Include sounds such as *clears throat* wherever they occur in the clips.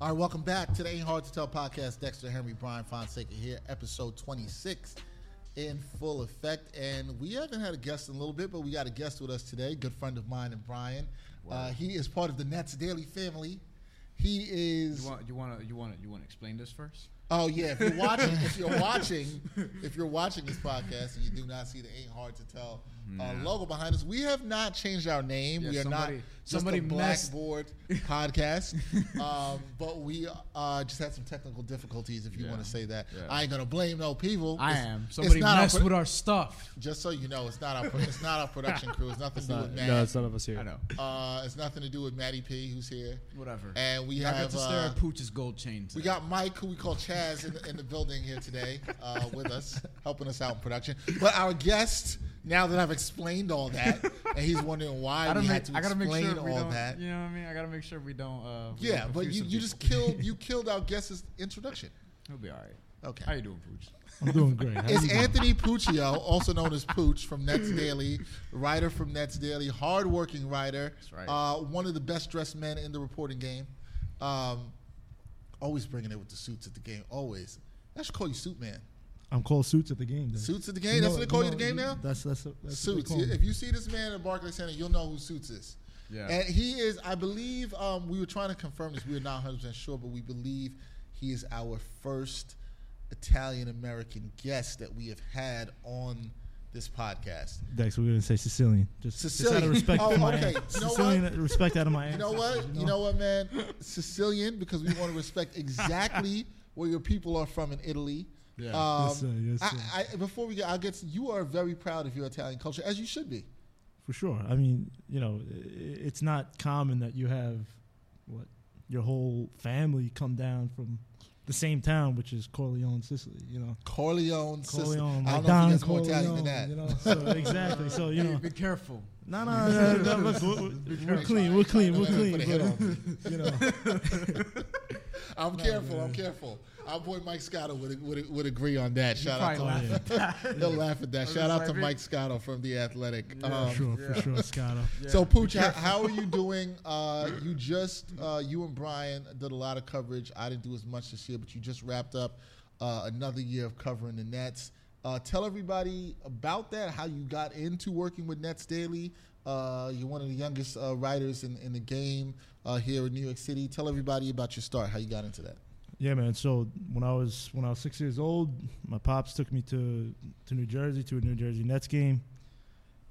All right, welcome back to the Ain't Hard to Tell podcast. Dexter Henry, Brian Fonseca here, episode 26 in full effect. And we haven't had a guest in a little bit, but we got a guest with us today, good friend of mine and Brian. Uh, he is part of the Nets Daily family. He is. You want you want to you want to you want to explain this first? Oh yeah, if you're watching, if *laughs* you're watching, if you're watching this podcast and you do not see the "Ain't Hard to Tell" uh, logo behind us, we have not changed our name. Yeah, we are somebody- not just somebody a messed- *laughs* Blackboard podcast, um, but we uh, just had some technical difficulties. If you Yeah. want to say that, Yeah. I ain't gonna blame no people. I It's- am. it's Somebody not our messed pro- with our stuff. Just so you know, it's not our pro- it's not our production crew. It's nothing to do Uh, with no, Matt. it's none of us here. I know. uh, it's nothing to do with Matty P, who's here, Whatever. and we I got have to stare uh, at Pooch's gold chain. Today. We got Mike, who we call Chaz, in the, in the building here today uh, with us, helping us out in production. But our guest, now that I've explained all that, and he's wondering why gotta we make, had to I gotta make explain sure we all don't, that. You know what I mean? I gotta make sure we don't. Uh, we yeah, don't but confuse you, some you just people. killed you killed our guest's introduction. He'll be all right. Okay. Uh, How you doing, Pooch? I'm *laughs* doing great. How you It's doing? Anthony Puccio, also known as Pooch from Nets Daily, writer from Nets Daily, hardworking writer, That's right. uh, one of the best dressed men in the reporting game. Um, always bringing it with the suits at the game. Always. I should call you Suit Man. I'm called Suits at the game. Then. Suits at the game. That's what they call you the game now. That's that's, that's what they Suits. call me. If you see this man at Barclays Center, you'll know who Suits is. Yeah. And he is, I believe, um, we were trying to confirm this. We were not 100% sure, but we believe he is our first Italian American guest that we have had on this podcast. Dex, we're gonna say Sicilian. Just, just out Sicilian. of respect Oh, for my okay. okay. You know Sicilian respect out of my You know ancestors, what? You know what, man? Sicilian, because we want to *laughs* respect exactly where your people are from in Italy. Yeah. Um, Yes, sir. Yes, sir. I, I, before we get, I'll get to, you are very proud of your Italian culture, as you should be. For sure. I mean, you know, i- i- it's not common that you have what your whole family come down from the same town, which is Corleone, Sicily. You know, Corleone, Sicily. Corleone, I like don't know Don if he gets more Corleone. Italian than that. You know, so exactly. So *laughs* you Hey, know, be *laughs* careful. No, no, no, no, *laughs* look, we're, we're clean, we're clean, we're clean. Oh, But, *laughs* you know, I'm careful. I'm careful. Our boy Mike Scotto would, would would agree on that. Shout out to probably him. He'll laugh at that. I'm Shout out just to like, Mike Scotto from the Athletic. for Um, sure, for sure, Scotto. So Pooch, *laughs* how, how are you doing? Uh, you just uh, you and Brian did a lot of coverage. I didn't do as much this year, but you just wrapped up uh, another year of covering the Nets. Uh, tell everybody about that. How you got into working with Nets Daily. Uh, you're one of the youngest uh, writers in, in the game uh, here in New York City. Tell everybody about your start. How you got into that? Yeah, man. So when I was when I was six years old, my pops took me to to New Jersey to a New Jersey Nets game,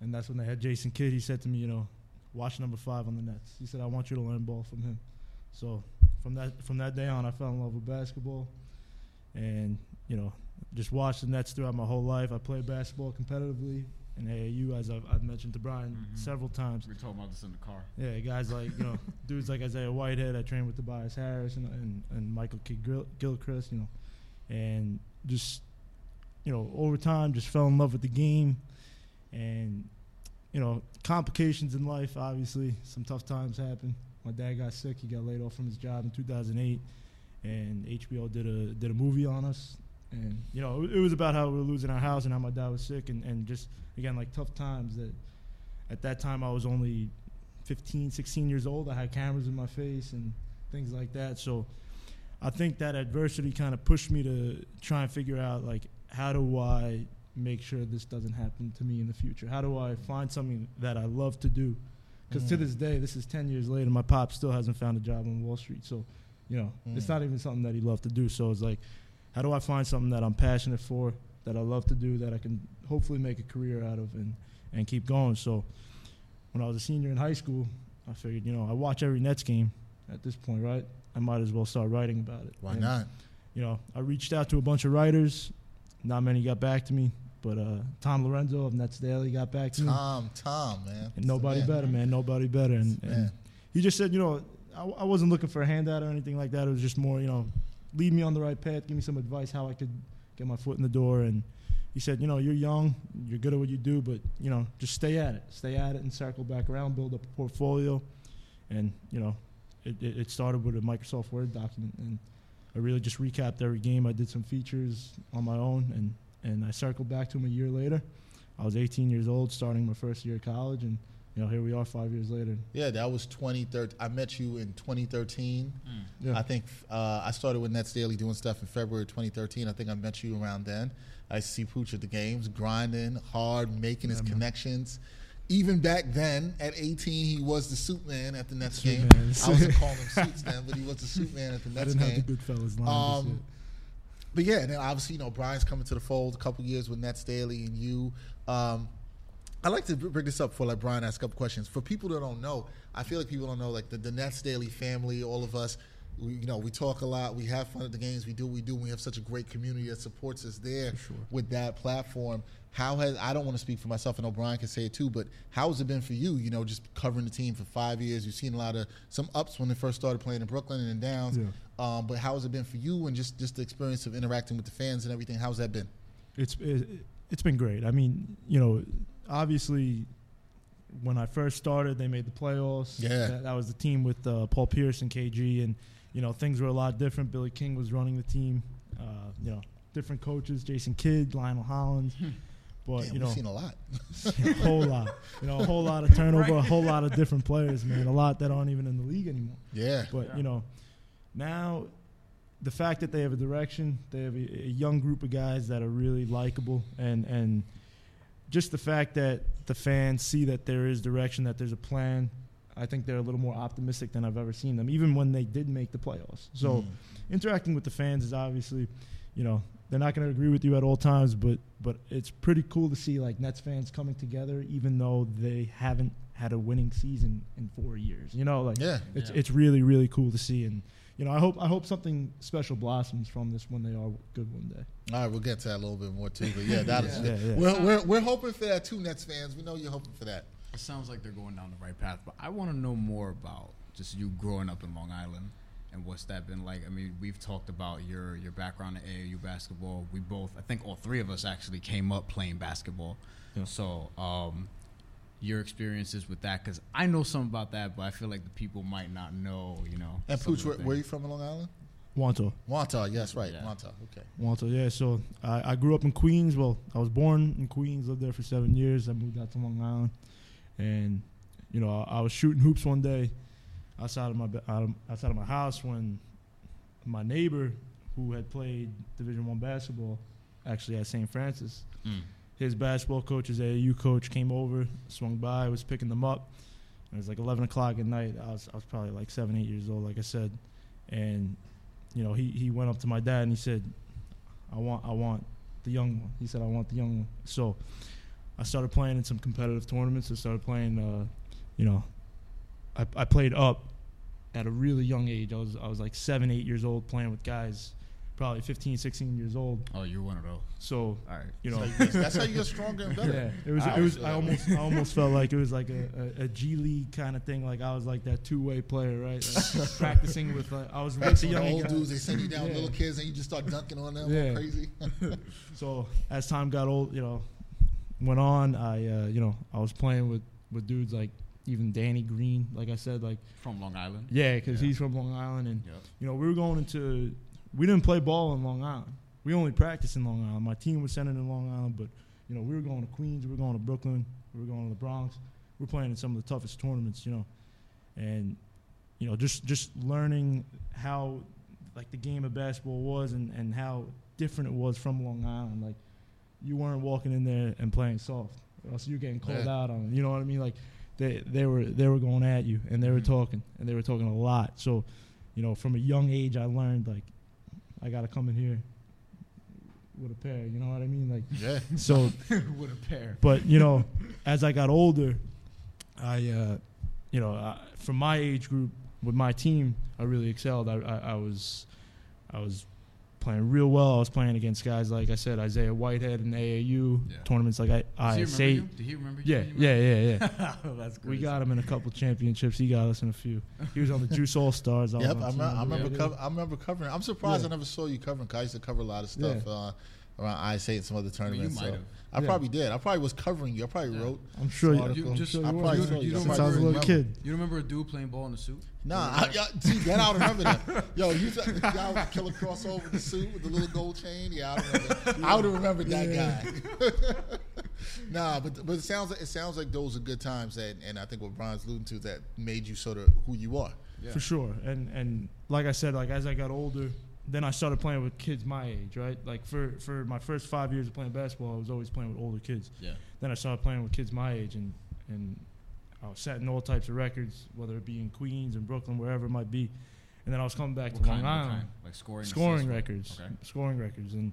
and that's when they had Jason Kidd. He said to me, you know, watch number five on the Nets. He said, I want you to learn ball from him. So from that from that day on, I fell in love with basketball, and you know, just watched the Nets throughout my whole life. I played basketball competitively in AAU, as I've, I've mentioned to Brian Mhm. several times. We told him about this in the car. Yeah, guys like you know, dudes like Isaiah Whitehead. I trained with Tobias Harris and and, and Michael K. Gil- Gilchrist, you know, and just you know over time just fell in love with the game, and you know complications in life. Obviously, some tough times happen. My dad got sick. He got laid off from his job in 2008, and HBO did a did a movie on us. And you know it, it was about how we were losing our house and how my dad was sick, and and just again like tough times that. At that time, I was only 15, 16 years old. I had cameras in my face and things like that. So I think that adversity kind of pushed me to try and figure out like how do I make sure this doesn't happen to me in the future? How do I find something that I love to do? Because to Mm. this day, this is 10 years later, my pop still hasn't found a job on Wall Street. So, you know, Mm. it's not even something that he loved to do. So it's like, how do I find something that I'm passionate for, that I love to do, that I can hopefully make a career out of and, and keep going? So when I was a senior in high school, I figured, you know, I watch every Nets game at this point, right? I might as well start writing about it. Why And, not? You know, I reached out to a bunch of writers. Not many got back to me, but uh, Tom Lorenzo of Nets Daily got back to me. Tom, Tom, man. And nobody It's the man. better, man. Nobody better. And, the and man. he just said, you know, I, I wasn't looking for a handout or anything like that. It was just more, you know, lead me on the right path, give me some advice how I could get my foot in the door. And he said, you know, you're young, you're good at what you do, but you know, just stay at it, stay at it, and circle back around, build up a portfolio. And you know, it, it, it started with a Microsoft Word document, and I really just recapped every game. I did some features on my own, and and I circled back to him a year later. I was 18 years old, starting my first year of college, and you know, here we are five years later. Yeah, that was 2013. I met you in 2013. Hmm. Yeah. I think uh, I started with Nets Daily doing stuff in February 2013. I think I met you around then. I used to see Pooch at the games, grinding hard, making his connections. Even back then, at 18, he was the suit man at the Nets Suit game. man. I *laughs* wasn't calling him suits then, but he was the suit man at the Nets I didn't game. have the Goodfellas line. Um, Um, But yeah, and then obviously, you know, Brian's coming to the fold a couple years with Nets Daily and you. Um, I like to br- bring this up for like Brian asked a couple questions. For people that don't know, I feel like people don't know like the, the Nets Daily family, all of us, we, you know, we talk a lot, we have fun at the games, we do what we do, and we have such a great community that supports us there with that platform. How has I don't want to speak for myself, and O'Brien can say it too, but how has it been for you? You know, just covering the team for five years, you've seen a lot of some ups when they first started playing in Brooklyn and then downs. Yeah. Um, but how has it been for you and just just the experience of interacting with the fans and everything? How's that been? it's it, it's been great. I mean, you know, obviously, when I first started, they made the playoffs. Yeah. that, that was the team with uh, Paul Pierce and KG, and you know things were a lot different. Billy King was running the team. Uh, you know, different coaches: Jason Kidd, Lionel Hollins. But Damn, you we've know, seen a lot. *laughs* *laughs* a whole lot. You know, a whole lot of turnover, a whole lot of different players, man. A lot that aren't even in the league anymore. Yeah, But you know, now the fact that they have a direction, they have a, a young group of guys that are really likable, and and just the fact that the fans see that there is direction, that there's a plan. I think they're a little more optimistic than I've ever seen them, even when they did make the playoffs. So Mm. interacting with the fans is obviously, you know, they're not going to agree with you at all times, but but it's pretty cool to see like Nets fans coming together, even though they haven't had a winning season in four years. You know, like yeah, it's Yeah. it's really really cool to see, and you know, I hope I hope something special blossoms from this when they are good one day. All right, we'll get to that a little bit more too, but yeah, that is Yeah, yeah. We're, we're, we're hoping for that too, Nets fans. We know you're hoping for that. It sounds like they're going down the right path, but I want to know more about just you growing up in Long Island and what's that been like. I mean, we've talked about your your background in AAU basketball. We both, I think, all three of us actually came up playing basketball. So, um, your experiences with that, because I know some about that, but I feel like the people might not know. You know, And some of Pooch, the where, where are you from in Long Island? Wanto, Wanta, yes, right, Yeah. Wanta. Okay, Wanto, yeah. So I, I grew up in Queens. Well, I was born in Queens, lived there for seven years. I moved out to Long Island, and you know, I, I was shooting hoops one day outside of my ba- out of, outside of my house when my neighbor, who had played Division One basketball, actually at St. Francis, Mm. his basketball coach, his AAU coach, came over, swung by, was picking them up. It was like 11 o'clock at night. I was, I was probably like seven, eight years old, like I said. And, you know, he, he went up to my dad and he said, I want, I want the young one. He said, I want the young one. So I started playing in some competitive tournaments. I started playing, uh, you know, I, I played up at a really young age. I was, I was like seven, eight years old playing with guys, probably 15, 16 years old. Oh, you're one of those. So, All right. you know, So you- that's how you get stronger and better. yeah, it was. All It was. right. I almost. I almost felt like it was like a, a, a G League kind of thing. Like I was like that two way player, right? *laughs* Like, practicing with. Like, I was with That's the when the young old guys. dudes they send you down Yeah. little kids and you just start dunking on them. Yeah. Crazy. *laughs* So as time got old, you know, went on. I uh, you know I was playing with with dudes like even Danny Green. Like I said, like From Long Island. yeah, because Yeah. he's from Long Island, and Yep. you know we were going into. We didn't play ball in Long Island. We only practiced in Long Island. My team was sent in Long Island, but you know we were going to Queens, we were going to Brooklyn, we were going to the Bronx. We were playing in some of the toughest tournaments, you know, and you know just just learning how like the game of basketball was and and how different it was from Long Island. Like you weren't walking in there and playing soft, or else you're getting called Yeah. out on. You know what I mean? Like they they were they were going at you and they were talking and they were talking a lot. So you know from a young age I learned like I got to come in here with a pair. You know what I mean? Like yeah. so *laughs* with a pair. but you know, *laughs* as I got older, I, uh, you know, I, from my age group with my team, I really excelled. I, I, I was, I was playing real well. I was playing against guys like I said, Isaiah Whitehead in AAU Yeah. tournaments. Like I, Does he I remember say, you? Do he remember you? yeah, when you yeah, yeah, *laughs* yeah. met him? That's good. We got him in a couple championships. He got us in a few. He was on the Juice All Stars. was Yep, on I, team remember, I with remember. him. Cov- I remember covering. I'm surprised Yeah. I never saw you covering. 'cause I used to cover a lot of stuff Yeah. uh, around ISA and some other I mean, you tournaments. might so have. I Yeah. probably did. I probably was covering you. I probably Yeah. wrote. I'm sure. Some You, article. I'm Just- sure I you, probably were. saw you. don't since remember I was a little his kid. You remember a dude playing ball in a suit? Nah, I, yeah, see that I don't remember *laughs* that. Yo, you said the guy with the killer *laughs* crossover, the suit with the little gold chain. Yeah, I remember. I would have remembered that guy. *laughs* nah, but but it sounds like it sounds like those are good times, and and I think what Brian's alluding to that made you sort of who you are. Yeah. for sure. And and like I said, like as I got older, then I started playing with kids my age, right? Like for for my first five years of playing basketball, I was always playing with older kids. Yeah. Then I started playing with kids my age, and and I was setting all types of records, whether it be in Queens and Brooklyn, wherever it might be. And then I was coming back What to kind, Long what Island, kind? Like scoring. scoring assists? records, Okay. scoring records, and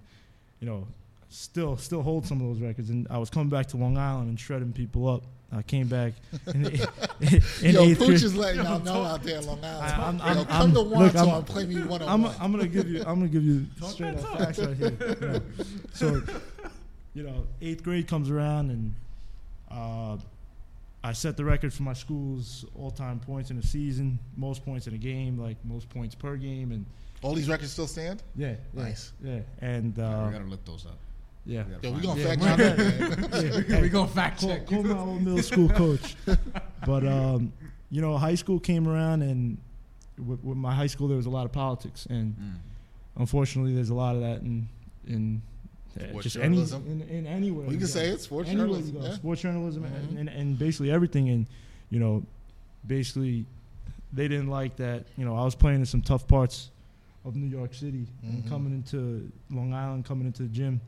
you know, still still hold some of those records. And I was coming back to Long Island and shredding people up. I came back *laughs* in, the, *laughs* in Yo, eighth grade. Pooch is letting y'all know out there, in Long Island. I- I'm- Yo, I'm- come I'm- to look, Wanto I'm- and play me one on I'm, one. I'm gonna give you. I'm gonna give you Talk straight that up facts right here. you know. So, you know, eighth grade comes around, and uh, I set the record for my school's all-time points in a season, most points in a game, like most points per game, and All these records still stand. yeah, yeah, Nice. yeah, and Yeah, uh, we gotta look those up. yeah. gotta Yo, we find gonna Yeah, fact we're- check that. man. yeah. we go fact *laughs* call, check. call my *laughs* old middle school coach. But um, you know, high school came around, and with, with my high school there was a lot of politics, and Mm. unfortunately, there's a lot of that in in uh, Sports just any journalism. in, in anywhere. We go. can say it's sports Anywhere you journalism, go, yeah. sports journalism, Mhm. and, and basically everything. And you know, basically, they didn't like that. You know, I was playing in some tough parts of New York City, Mhm. and coming into Long Island, coming into the gym,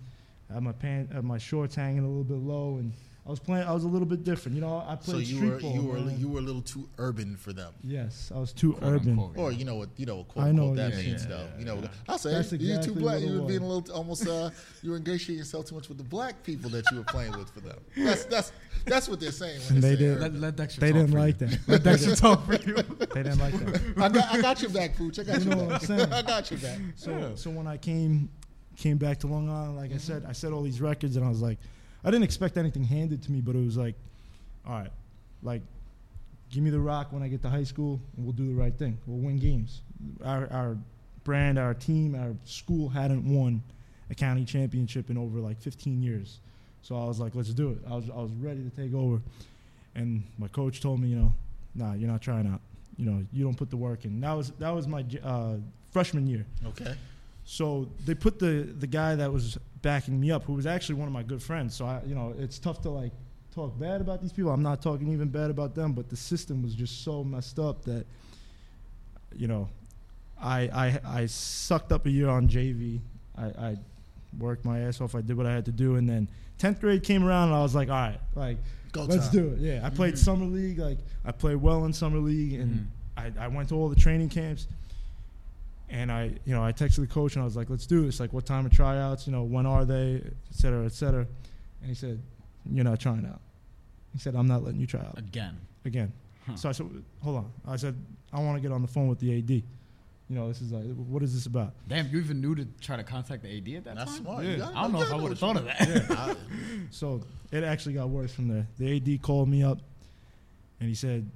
I had my pant, I had my shorts hanging a little bit low, and I was playing. I was a little bit different. You know, I So played you street were ball. you were man. you were a little too urban for them. yes, I was too Quote, urban. unquote, Or yeah. you know what you know what quote I unquote know what that you're saying. means Yeah, though. yeah, You know yeah. I'll say That's you're too exactly black. what it You were was. being a little almost *laughs* uh you were ingratiating yourself too much with the black people that you were playing with for them. That's that's that's what they're saying when And they, they say did. urban. Let, let Dexter They talk didn't for like you. that. *laughs* Let *laughs* Dexter talk for you. They didn't like that. I got I got your back, Pooch. I got You your know what I'm back. saying? I got your back. So Yeah. so when I came came back to Long Island, like I said, I set all these records, and I was like, I didn't expect anything handed to me, but it was like, all right, like, give me the rock when I get to high school, and we'll do the right thing. We'll win games. Our our brand, our team, our school hadn't won a county championship in over like 15 years, so I was like, let's do it. I was I was ready to take over, and my coach told me, you know, nah, you're not trying out. You know, you don't put the work in. That was that was my j- uh, freshman year. Okay. So they put the the guy that was backing me up, who was actually one of my good friends. So I, you know, it's tough to like talk bad about these people. I'm not talking even bad about them, but the system was just so messed up that, you know, I I I sucked up a year on JV. I, I worked my ass off. I did what I had to do, and then tenth grade came around, and I was like, all right, like Go let's time. do it. Yeah, Mm-hmm. I played summer league. Like I played well in summer league, and Mhm. I, I went to all the training camps. And I, you know, I texted the coach and I was like, "Let's do this. Like, what time are tryouts? You know, when are they? Et cetera, et cetera." And he said, "You're not trying out." He said, "I'm not letting you try *laughs* out." Again. again. Huh. So I said, hold on. I said, I want to get on the phone with the AD. You know, this is like, what is this about? Damn, you even knew to try to contact the AD at that That's time? smart. Yeah. You I gotta- don't know you if I gotta would have what thought of that. you- *laughs* I- So it actually got worse from there. The AD called me up, and he said,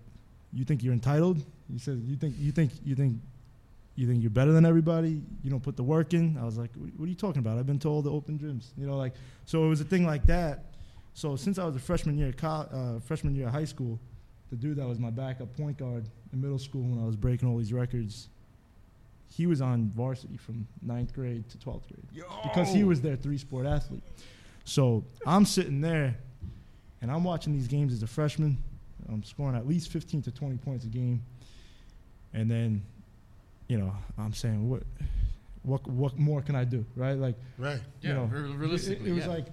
"You think you're entitled? He said, you think you think you think you think you're better than everybody? You don't put the work in." I was like, "What what are you talking about? I've been to all the open gyms, you know, like." So it was a thing like that. So since I was a freshman year, of col- uh, freshman year of high school, the dude that was my backup point guard in middle school when I was breaking all these records, he was on varsity from ninth grade to twelfth grade *laughs* because he Yo. was their three sport athlete. So I'm sitting there and I'm watching these games as a freshman. I'm scoring at least 15 to 20 points a game. And then, you know, I'm saying, what, what, what more can I do? Right? Like, Right. Yeah, you know, re- realistically. it, it was yeah. like,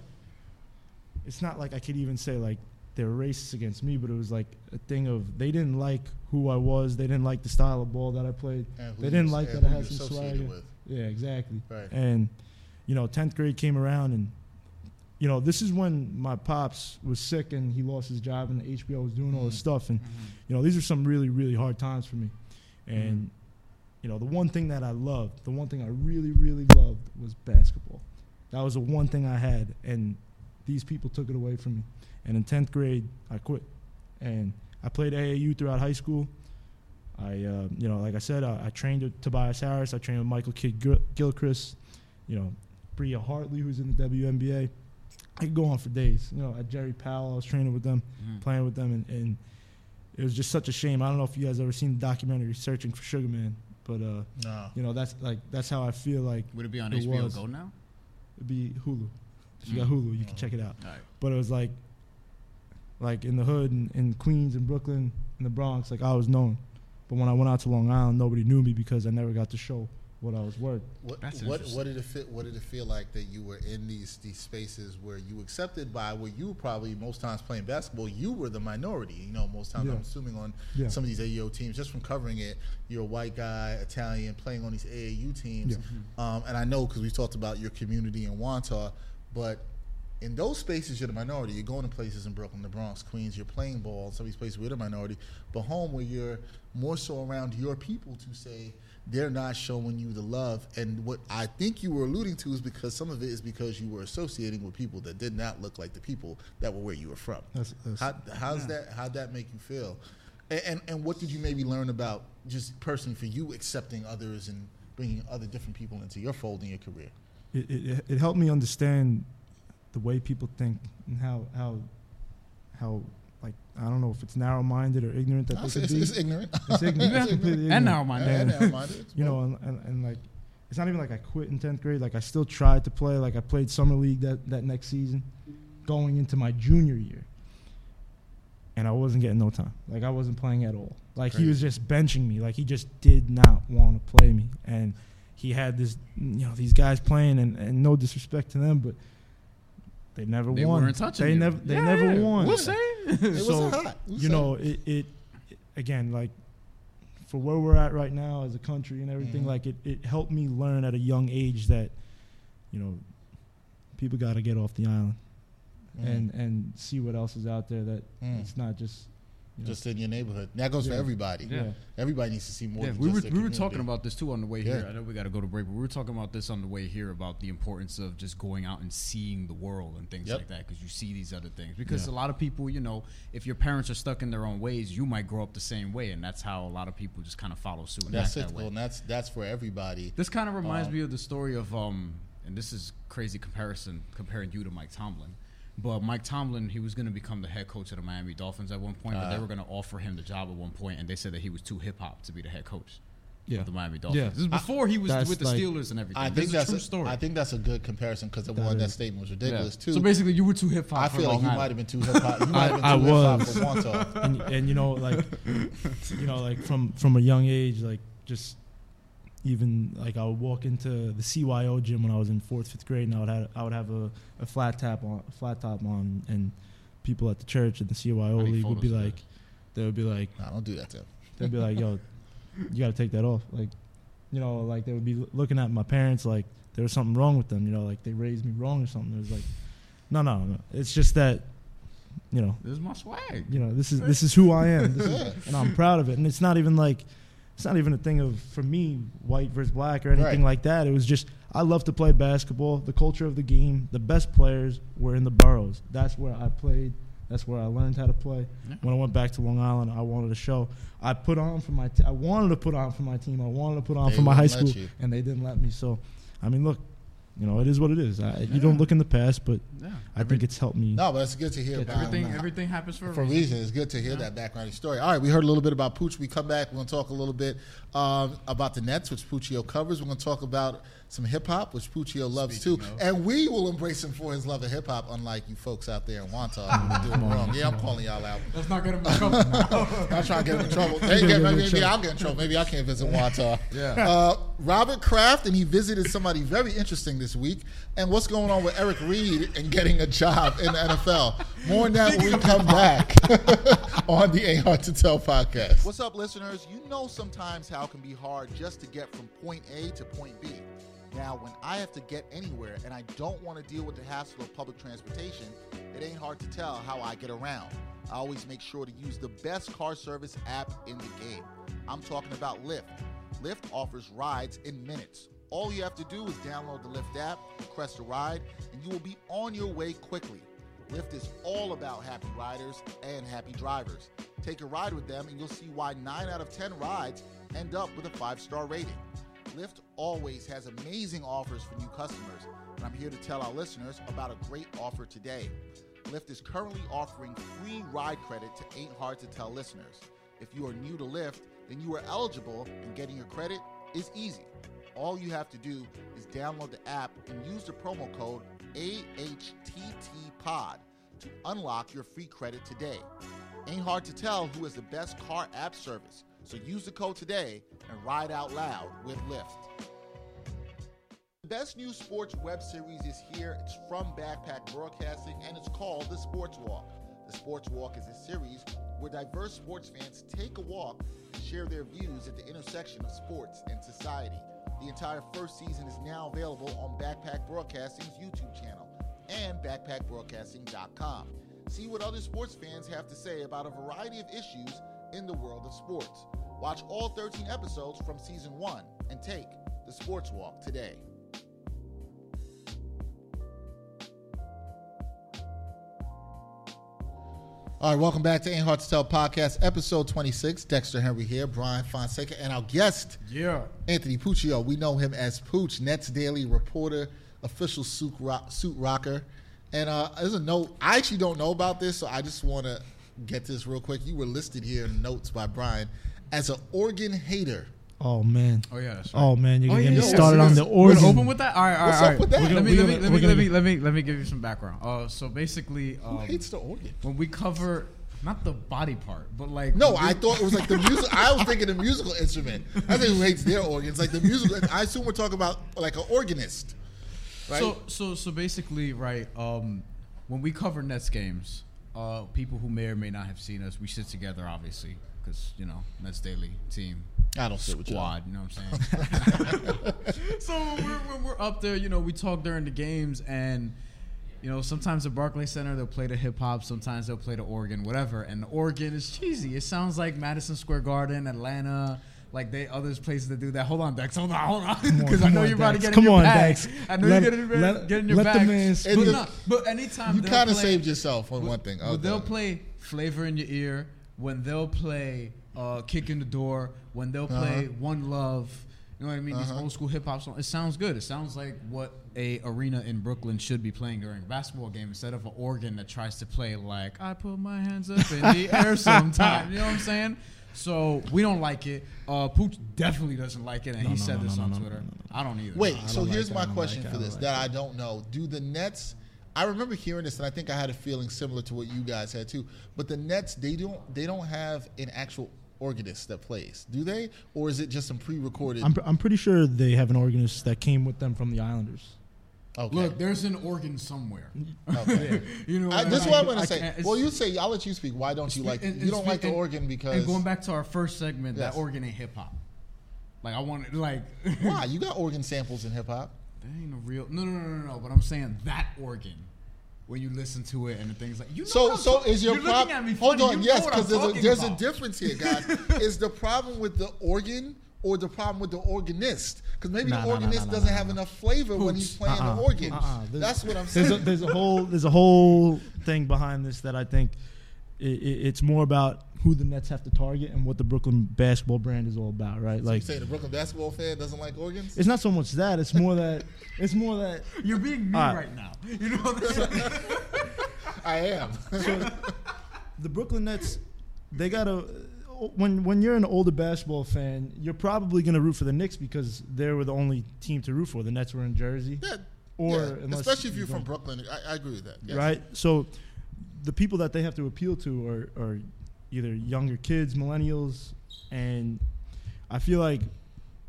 it's not like I could even say like they're racist against me, but it was like a thing of they didn't like who I was. They didn't like the style of ball that I played. And who They didn't you- like and that I who had you some associated swagger. with. Yeah, exactly. Right. And you know, tenth grade came around, and you know, this is when my pops was sick and he lost his job, and the HBO was doing all this Mhm. stuff, and Mhm. you know, these are some really really hard times for me, and. You know, the one thing that I loved, the one thing I really, really loved was basketball. That was the one thing I had, and these people took it away from me. And in 10th grade, I quit. And I played AAU throughout high school. I, uh, you know, like I said, I, I trained with Tobias Harris. I trained with Michael Kidd Gil- Gilchrist, you know, Bria Hartley, who's in the WNBA. I could go on for days. You know, at Jerry Powell, I was training with them, Mhm. playing with them, and, and it was just such a shame. I don't know if you guys ever seen the documentary Searching for Sugar Man, but uh, No. you know, that's like that's how I feel like Would it be on It HBO was. Go now? it'd be Hulu. If you got Hulu, you can check it out. All right. But it was like, like in the hood and in Queens and Brooklyn and the Bronx, like I was known. But when I went out to Long Island, nobody knew me because I never got to show what I was worth. What, That's what, interesting. what did it feel? What did it feel like that you were in these these spaces where you accepted by where you were probably most times playing basketball? You were the minority. You know, most times Yeah. I'm assuming on Yeah. some of these AAO teams, just from covering it, you're a white guy, Italian, playing on these AAU teams. Yeah. Um, and I know because we talked about your community in Wanta, but in those spaces you're the minority. You're going to places in Brooklyn, the Bronx, Queens. You're playing ball. in Some of these places we're the minority, but home where you're more so around your people to say they're not showing you the love. And what I think you were alluding to is because some of it is because you were associating with people that did not look like the people that were where you were from. That's- that's- How, how's that? How'd that make you feel? And, and and what did you maybe learn about just personally for you accepting others and bringing other different people into your fold in your career? It, it, it helped me understand the way people think and how how how like I don't know if it's narrow-minded or ignorant that they It's, could it's- be. it's ignorant. *laughs* It's ignorant. Yeah. It's completely ignorant. And now my Yeah, dad. narrow-minded. It's you know, and, and, and like, it's not even like I quit in 10th grade. Like, I still tried to play. Like, I played summer league that, that next season going into my junior year. And I wasn't getting no time. Like, I wasn't playing at all. Like, he was just benching me. Like, he just did not want to play me. And he had this, you know, these guys playing, and, and no disrespect to them, but they never They won. weren't touching They you. never, they Yeah, never yeah. won We'll see. *laughs* It So, was hot. Who you said know, it, it again like for where we're at right now as a country and everything, Mhm. like it, it helped me learn at a young age that you know people got to get off the island it? Mm. and and see what else is out there that Mm. it's not just you know, just in your neighborhood. That goes for Yeah. everybody. yeah. Yeah. Everybody needs to see more. Yeah, than we were just their we were community. talking about this too on the way here. Yeah. I know we got to go to break, but we were talking about this on the way here about the importance of just going out and seeing the world and things Yep. like that because you see these other things. Because a lot of people, you know, if your parents are stuck in their own ways, you might grow up the same way, and that's how a lot of people just kind of follow suit. And that's act it, that way. Phil, and that's that's for everybody. This kind of reminds me of the story of um, and this is crazy comparison comparing you to Mike Tomlin, but Mike Tomlin he was going to become the head coach of the Miami Dolphins at one point, but they Uh-huh. were going to offer him the job at one point, and they said that he was too hip hop to be the head coach. Yeah. Of the Miami Dolphins. Yeah. This is before he was That's with the like- Steelers and everything. I this think is that's a true a- story. I think that's a good comparison because the That one that is. statement was Yeah. ridiculous too. So basically, you were too hip hop. I for feel like Long you Island. might have been too hip *laughs* hop. You might have been I- I too hip hop was. for Wanta. and and you know like you know like from from a young age like just even like I would walk into the CYO gym when I was in fourth fifth grade and I would have I would have a, a flat tap on flat top on and people at the church and the I CYO need league would be photos of like they would be like Nah, don't do that to him. they'd be like yo you got to take that off like you know like they would be loo- looking at my parents like there was something wrong with them you know like they raised me wrong or something it was like no no no it's just that you know This is my swag. you know this is this is who I am this *laughs* is, and I'm proud of it and it's not even like it's not even a thing of for me white versus black or anything Right. like that it was just I love to play basketball the culture of the game the best players were in the boroughs that's where I played that's where I learned how to play Yeah. when I went back to Long Island I wanted to show I put on for my t- I wanted to put on for my team I wanted to put on They for Uh, my high wouldn't let school you. and they didn't let me so I mean look you know it is what it is I, you don't look in the past but Yeah. I think it's helped me No, but it's good to hear. Yeah, about Everything everything happens for, for a reason. It's good to hear that background story. All right, we heard a little bit about Pooch. We come back. We're going to talk a little bit um, about the Nets, which Puccio covers. We're going to talk about some hip hop, which Puccio loves too. And we will embrace him for his love of hip hop, unlike you folks out there in Wanta. who are doing wrong. Yeah, I'm calling y'all out. Let's not *laughs* get him in trouble. *laughs* I'm trying to get him in trouble. They get- gonna get him in maybe maybe trouble. I'll get in trouble. Maybe I can't visit Wanta. Yeah. Uh, Robert Kraft, and he visited somebody very interesting this week. And what's going on with Eric Reed and getting a job in the NFL? More on that when we come back *laughs* on the A Hard to Tell podcast. What's up, listeners? You know sometimes how it can be hard just to get from point A to point B. Now, when I have to get anywhere and I don't want to deal with the hassle of public transportation, it ain't hard to tell how I get around. I always make sure to use the best car service app in the game. I'm talking about Lyft. Lyft offers rides in minutes. All you have to do is download the Lyft app, request a ride, and you will be on your way quickly. Lyft is all about happy riders and happy drivers. Take a ride with them, and you'll see why 9 out of 10 rides end up with a 5 star rating. Lyft always has amazing offers for new customers, and I'm here to tell our listeners about a great offer today. Lyft is currently offering free ride credit to Ain't Hard to Tell listeners. If you are new to Lyft, then you are eligible, and getting your credit is easy. All you have to do is download the app and use the promo code AHTT Pod to unlock your free credit today. Ain't hard to tell who has the best car app service, so use the code today and ride out loud with Lyft. The best new sports web series is here. It's from Backpack Broadcasting and it's called The Sports Walk. The Sports Walk is a series where diverse sports fans take a walk and share their views at the intersection of sports and society. The entire first season is now available on Backpack Broadcasting's YouTube channel and backpackbroadcasting.com. See what other sports fans have to say about a variety of issues in the world of sports. Watch all 13 episodes from season 1 and take the sports walk today. All right, welcome back to Ain't Hard to Tell podcast, episode 26. Dexter Henry here, Brian Fonseca, and our guest, Yeah. Anthony Puccio. We know him as Pooch, Nets Daily reporter, official suit, rock, suit rocker. And uh, there's a note, I actually don't know about this, so I just want to get this real quick. You were listed here in notes by Brian as an Oregon hater. Oh man. Oh yeah. That's right. Oh man, you're gonna yeah, get me yeah, started what's- on the we're gonna origin. Open with that. All right, all right. What's all up right. with that? We're gonna- let, me, we're let, me, gonna- let, we're me, let gonna- me let me let me give you some background. Uh, so basically, Who um, hates the Oregon? when we cover not the body part, but like No, when we- I thought it was like the music. I was thinking the *laughs* musical instrument. I think who hates their organs, like the musical. I assume we're talking about like an organist, right? So so so basically, right? Um, when we cover Nets games, uh, people who may or may not have seen us, we sit together, obviously, because you know Nets daily team. I don't sit with y'all. squad. You know what I'm saying? so when we're, when we're up there, you know, we talk during the games, and you know, sometimes at Barclay Center they'll play the hip hop, sometimes they'll play the organ, whatever. And the organ is cheesy. It sounds like Madison Square Garden, Atlanta. Like they others places that do that. Hold on, Dex. Hold on, hold on, on, because I come know on, you're about to get Dex. in Come your on, bag. Dex. I know Let- you're getting, let- get in your let the bag. man but, speak. not- but anytime you they'll kind of play- saved yourself on one thing. but they'll Okay. play Flavor in Your Ear, when they'll play uh, Kick in the Door, when they'll play Uh-huh. One Love. You know what I mean? These old school hip hop songs. It sounds good. It sounds like what a arena in Brooklyn should be playing during a basketball game instead of an organ that tries to play like I put my hands up in the *laughs* air sometime. You know what I'm saying? So we don't like it. Uh, Pooch definitely doesn't like it, and he said this on Twitter. I don't either. Wait, I so like here's that. I my don't question like for that. I this don't that I don't know. Do the Nets? I remember hearing this, and I think I had a feeling similar to what you guys had too. But the Nets, they don't they don't have an actual organist that plays, do they? Or is it just some pre-recorded? I'm, I'm pretty sure they have an organist that came with them from the Islanders. *laughs* okay. look, there's an organ somewhere. okay. *laughs* You know, I, and this is what I I- want I to say. can't- it's- Well, you say I'll let you speak. Why don't you like And- and you don't like the speak- organ because And going back to our first segment, Yes. that organ ain't hip hop. Like I wanted, like *laughs* that why you got organ samples in hip hop? ain't a real. No, no, no, no, no. But I'm saying that organ. When you listen to it and the things like you know what So I'm so talk- is your you're problem? looking at me Hold funny, on, you know yes, what I'm because there's a talking there's a about. difference *laughs* here, guys. is the problem with the organ or the problem with the organist? Because maybe Nah, the nah, nah, organist nah, doesn't nah, have enough flavor when he's playing Uh-uh. the organ. Uh-uh. There's- That's what I'm There's a, saying. *laughs* there's a whole there's a whole thing behind this that I think i i it's more about who the Nets have to target and what the Brooklyn basketball brand is all about, right? you Like say the Brooklyn basketball fan doesn't like organs? it's not so much that it's more that it's more that You're being mean All right. right now. You know what *laughs* I'm saying? I *laughs* am. the Brooklyn Nets they gotta when when you're an older basketball fan, you're probably gonna root for the Knicks because they were the only team to root for. The Nets were in Jersey. Yeah, Or yeah, unless especially if you you're from don't- Brooklyn, I, I agree with that. Yes. right? So the people that they have to appeal to are, are either younger kids, millennials, and I feel like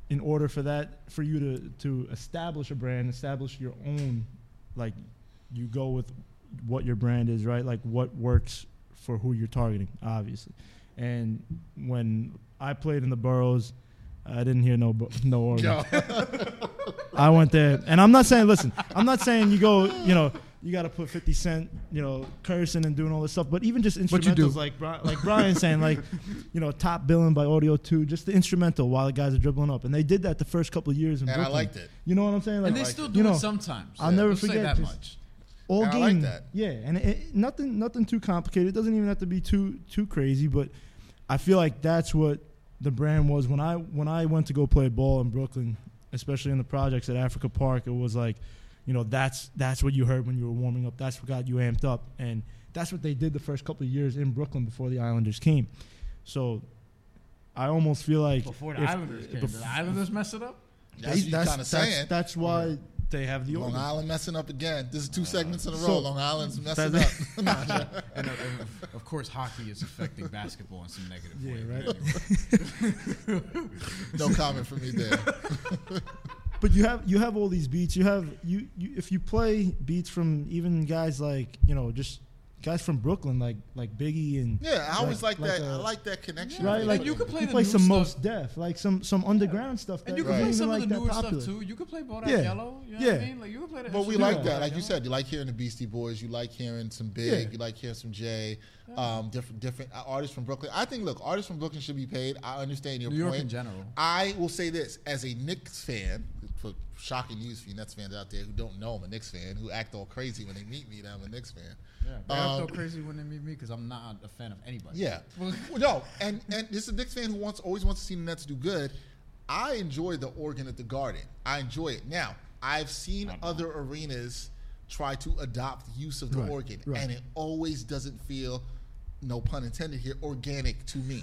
in order for that for you to to establish a brand, establish your own like you go with what your brand is, right? Like what works for who you're targeting, obviously. And when I played in the boroughs, I didn't hear no bo- no *laughs* organ. Yo, *laughs* I went there, and I'm not saying. Listen, I'm not saying you go. You know, you got to put 50 Cent. You know, cursing and doing all this stuff. But even just What you do. instrumentals, like Bri- like Brian's saying, like you know, top billing by Audio Two, just the instrumental while the guys are dribbling up, and they did that the first couple of years. In and I Brooklyn. liked it. You know what I'm saying? Like and they still do you know, it sometimes. I'll never Don't say forget that just- much. all and I game. like that. Yeah, and it, it- nothing nothing too complicated. It doesn't even have to be too too crazy. But I feel like that's what the brand was when I when I went to go play ball in Brooklyn, especially in the projects at Africa Park. It was like, you know, that's that's what you heard when you were warming up. That's what got you amped up, and that's what they did the first couple of years in Brooklyn before the Islanders came. So. I almost feel like Before the if- Islanders came, bef- did the Islanders mess it up? *laughs* That's what you're kind of that's, saying. that's why they have the Long organ. Island messing up again. This is two segments in a row. so- Long Island's messing up. That's- Nah, I'm And of, of- of course, hockey is affecting basketball in some negative Yeah, way. right. Anyway, No comment from me *laughs* there. But you have you have all these beats. You have you, you if you play beats from even guys like you know just guys from Brooklyn like like Biggie and Yeah, I always like, Like- that. like I a- like that connection. that Right, they like- put and you in. could play you the play new some stuff. most deaf like some some underground stuff that And you can Right. isn't play some of even, like the that newer popular. stuff too. You could play Bodak Yeah. Yellow. You know what Yeah. I mean? Like you could play that. But we shit. like Yeah. that, like you said, you like hearing the Beastie Boys, you like hearing some Big, Yeah. you like hearing some Jay, um, different different uh, artists from Brooklyn. I think, look, artists from Brooklyn should be paid. I understand your New York point. in general. I will say this as a Knicks fan, for shocking news for you Nets fans out there who don't know I'm a Knicks fan, who act all crazy when they meet me that I'm a Knicks fan. Yeah, they act Um, so crazy when they meet me because I'm not a fan of anybody. *laughs* Yeah. Well, no, and and this is a Knicks fan who wants always wants to see the Nets do good. I enjoy the organ at the Garden. I enjoy it. Now I've seen other arenas try to adopt use of the Right, organ, right. and it always doesn't feel. No pun intended here. Organic to *laughs* me,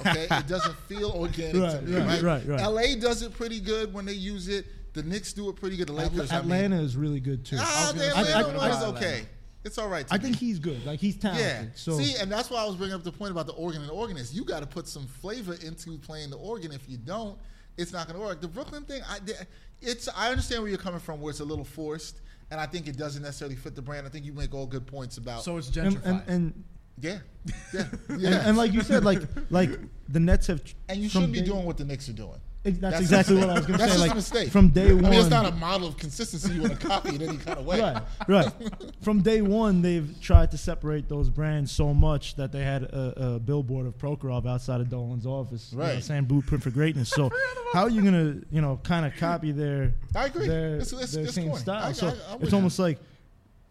okay? it doesn't feel organic to Right, me. right, right, right. LA does it pretty good when they use it. The Knicks do it pretty good. The Lakers, I mean- Atlanta is really good too. ah, was the gonna say, Atlanta I- I- one is I- okay. It's all right. To I me. think he's good. Like he's talented. Yeah. So See, and that's why I was bringing up the point about the organ and the organist. You got to put some flavor into playing the organ. If you don't, it's not going to work. The Brooklyn thing, I the- it's I understand where you're coming from, where it's a little forced, and I think it doesn't necessarily fit the brand. I think you make all good points about. So it's and, gentrified. and, and, *laughs* yeah, yeah, yeah. and, and like you said, like like the Nets have And you from shouldn't be day- doing what the Knicks are doing. Ex- That's, That's exactly just- what I was gonna that's say. just a like mistake. from day I one, mean, it's not a model of consistency you want to copy in any kind of way. right, right. *laughs* From day one, they've tried to separate those brands so much that they had a, a billboard of Prokhorov outside of Dolan's office, you know, Right. saying "Blueprint *laughs* for Greatness." So, how are you gonna, you know, kind of copy their I agree. their, It's- it's- their it's same corny. style? I- so I- I'm with it's you. almost like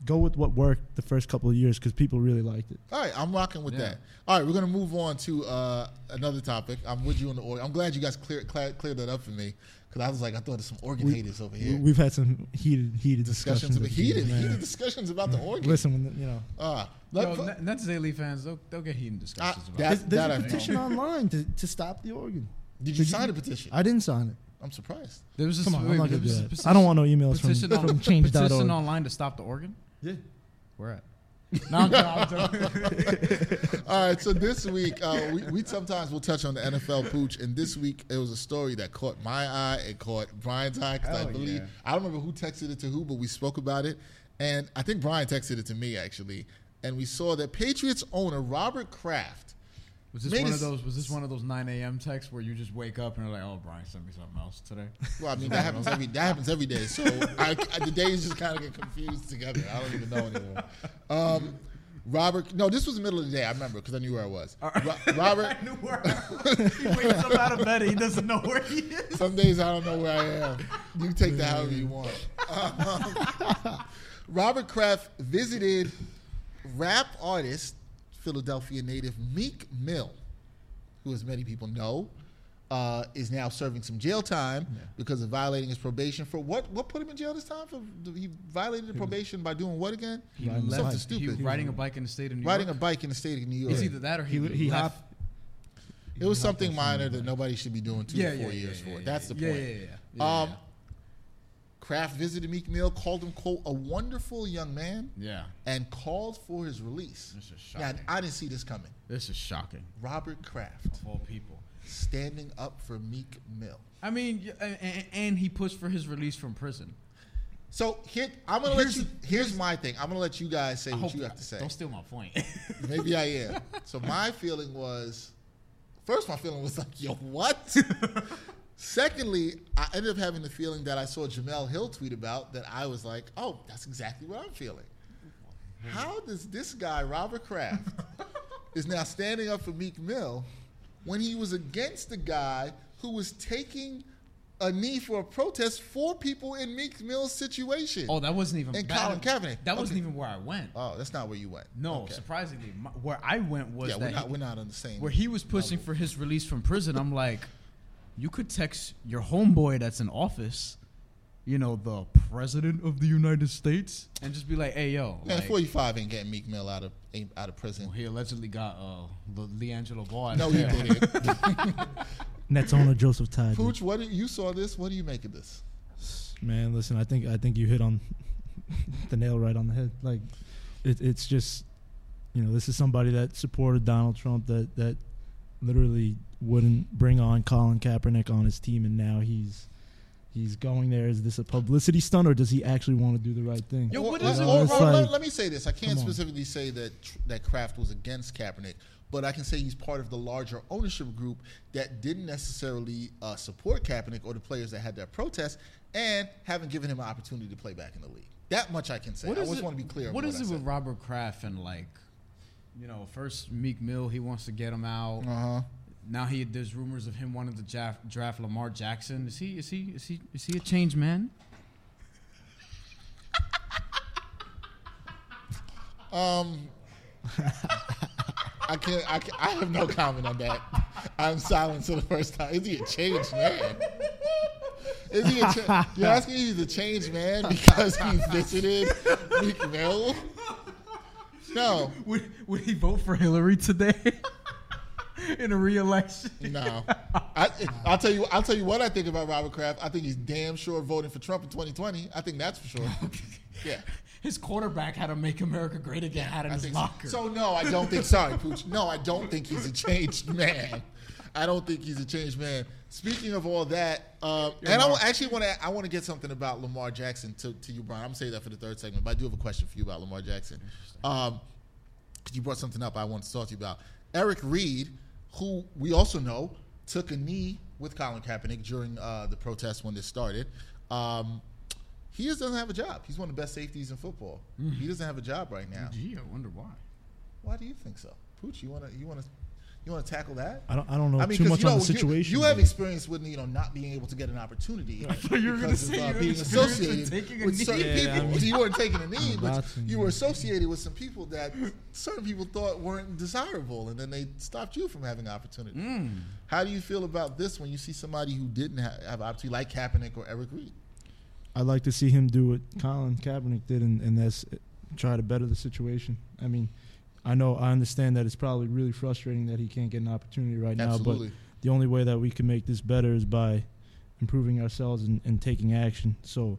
go with what worked the first couple of years because people really liked it. All right, I'm rocking with Yeah. that. All right, we're gonna move on to uh, another topic. I'm with you on the organ. I'm glad you guys cleared clear, cleared that up for me because I was like, I thought there's some organ haters over here. We- We've had some heated heated discussions discussions. about with heated, people, man. heated discussions about *laughs* the organ. Listen, when the, you know, Uh, let, Yo, N- Nets daily fans, they'll, they'll get heated discussions Ah, about that- it. there's, there's that I a know. petition online to, to stop the organ. did you did you- sign a petition? I, I didn't sign it. am surprised. There was this, Come on, wait, I'm not there gonna do was that. this I don't petition- want no emails from, petition on- from change.org. Petition online to stop the organ. Yeah. Where at? *laughs* No, I'm joking, I'm joking. All right, so *laughs* this week uh, we, we sometimes will touch on the NFL pooch, and this week it was a story that caught my eye, it caught Brian's eye because I Hell believe yeah. I don't remember who texted it to who, but we spoke about it, and I think Brian texted it to me actually, and we saw that Patriots owner Robert Kraft. Was this Made one us- of those? Was this one of those 9 a.m. texts where you just wake up and you're like, "Oh, Brian sent me something else today." Well, I mean that happens every that happens every day. So I, I- the days just kind of get confused together. I don't even know anymore. Um, Robert, no, this was the middle of the day. I remember because I knew where I was. Ro- Robert, knew where. *laughs* he wakes up out of bed. He doesn't know where he is. Some days I don't know where I am. You can take that however you want. *laughs* Um, Robert Kraft visited rap artist, Philadelphia native Meek Mill, who, as many people know, uh, is now serving some jail time because of violating his probation for what? What put him in jail this time for? He violated the probation by doing what again? He Riding a left. Something bike. He was stupid. riding a bike in the state of New Riding a York. bike in the state of New York. It's either that or he, He, he left. hopped. it was something hopped off on minor the that bike. nobody should be doing two yeah, to yeah, four yeah, years yeah, for. yeah, That's the yeah, point. Yeah, yeah, yeah. Um, Kraft visited Meek Mill, called him, quote, a wonderful young man, yeah, yeah. and called for his release. This is Now, shocking. I didn't see this coming. This is shocking. Robert Kraft Of all people. standing up for Meek Mill. I mean, y- and, and- and he pushed for his release from prison. So here, I'm gonna let Here's- you. Here's my thing. I'm gonna let you guys say I what hope you have to say. Don't steal my point. *laughs* Maybe I am. So my feeling was, first my feeling was like, yo, what? Secondly, I ended up having the feeling that I saw Jamel Hill tweet about that I was like, oh, that's exactly what I'm feeling. How does this guy, Robert Kraft, is now standing up for Meek Mill when he was against the guy who was taking a knee for a protest for people in Meek Mill's situation? oh, that wasn't even. And that- Colin Kaepernick. That Okay. wasn't even where I went. Oh, that's not where you went. No, Okay. surprisingly, my, where I went was Yeah, that we're not, he- we're not on the same. where he was pushing for his release from prison, I'm like, you could text your homeboy that's in office, you know, the president of the United States, and just be like, hey, yo. Man, like, 45 ain't getting Meek Mill out of ain't out of prison. well, he allegedly got uh, Le- LeAngelo Ball. No, you *laughs* didn't. Nets owner Joseph Tide. Pooch, what do, you saw this? What do you make of this? Man, listen, I think I think you hit on *laughs* the nail right on the head. Like, it, it's just, you know, this is somebody that supported Donald Trump that that literally wouldn't bring on Colin Kaepernick on his team, and now he's he's going there. Is this a publicity stunt, or does he actually want to do the right thing? Yo, what Well, is let- it? well, It's well, let, like- let me say this. I can't Come on. specifically say that tr- that Kraft was against Kaepernick, but I can say he's part of the larger ownership group that didn't necessarily uh, support Kaepernick or the players that had their protests and haven't given him an opportunity to play back in the league. That much I can say. I always want to be clear. *laughs* What on is what it I with Robert Kraft and like, you know, first Meek Mill, he wants to get him out. Uh huh. Now he there's rumors of him wanting to draft, draft Lamar Jackson. Is he is he is he is he a changed man? Um, I can't. I, can't, I have no comment on that. I'm silent for the first time. Is he a changed man? Is he? A cha- You're asking if he's a changed man because he visited Meek Mill? No, Would would he vote for Hillary today *laughs* in a reelection? no. I, I'll tell you. I'll tell you what I think about Robert Kraft. I think he's damn sure voting for Trump in 2020. I think that's for sure. Yeah. *laughs* His quarterback had to make America great again had in I his think locker. So no, I don't think. Sorry, Pooch. No, I don't think he's a changed *laughs* man. I don't think he's a changed man. Speaking of all that, uh, and I actually want to I want to get something about Lamar Jackson to, to you, Brian. I'm gonna say that for the third segment, but I do have a question for you about Lamar Jackson. Um, 'cause you brought something up I wanted to talk to you about. Eric Reed, who we also know took a knee with Colin Kaepernick during uh, the protest when this started. Um, he just doesn't have a job. He's one of the best safeties in football. He doesn't have a job right now. Gee, I wonder why. Why do you think so, Pooch? You wanna you wanna you wanna tackle that? I don't I don't know I mean, too 'cause, much you know, on the you- situation. You, have but- experience with you know not being able to get an opportunity. I thought you were gonna say you have uh, being experience with associated taking a with knee. certain Yeah, people. I mean- So you weren't taking a knee, but about to. you were associated with some people that certain people thought weren't desirable, and then they stopped you from having opportunity. Hmm. How do you feel about this when you see somebody who didn't have, have opportunity, like Kaepernick or Eric Reed? I'd like to see him do what Colin Kaepernick did, and, and that's try to better the situation. I mean, I know I understand that it's probably really frustrating that he can't get an opportunity right Absolutely. now, but the only way that we can make this better is by improving ourselves and, and taking action. So,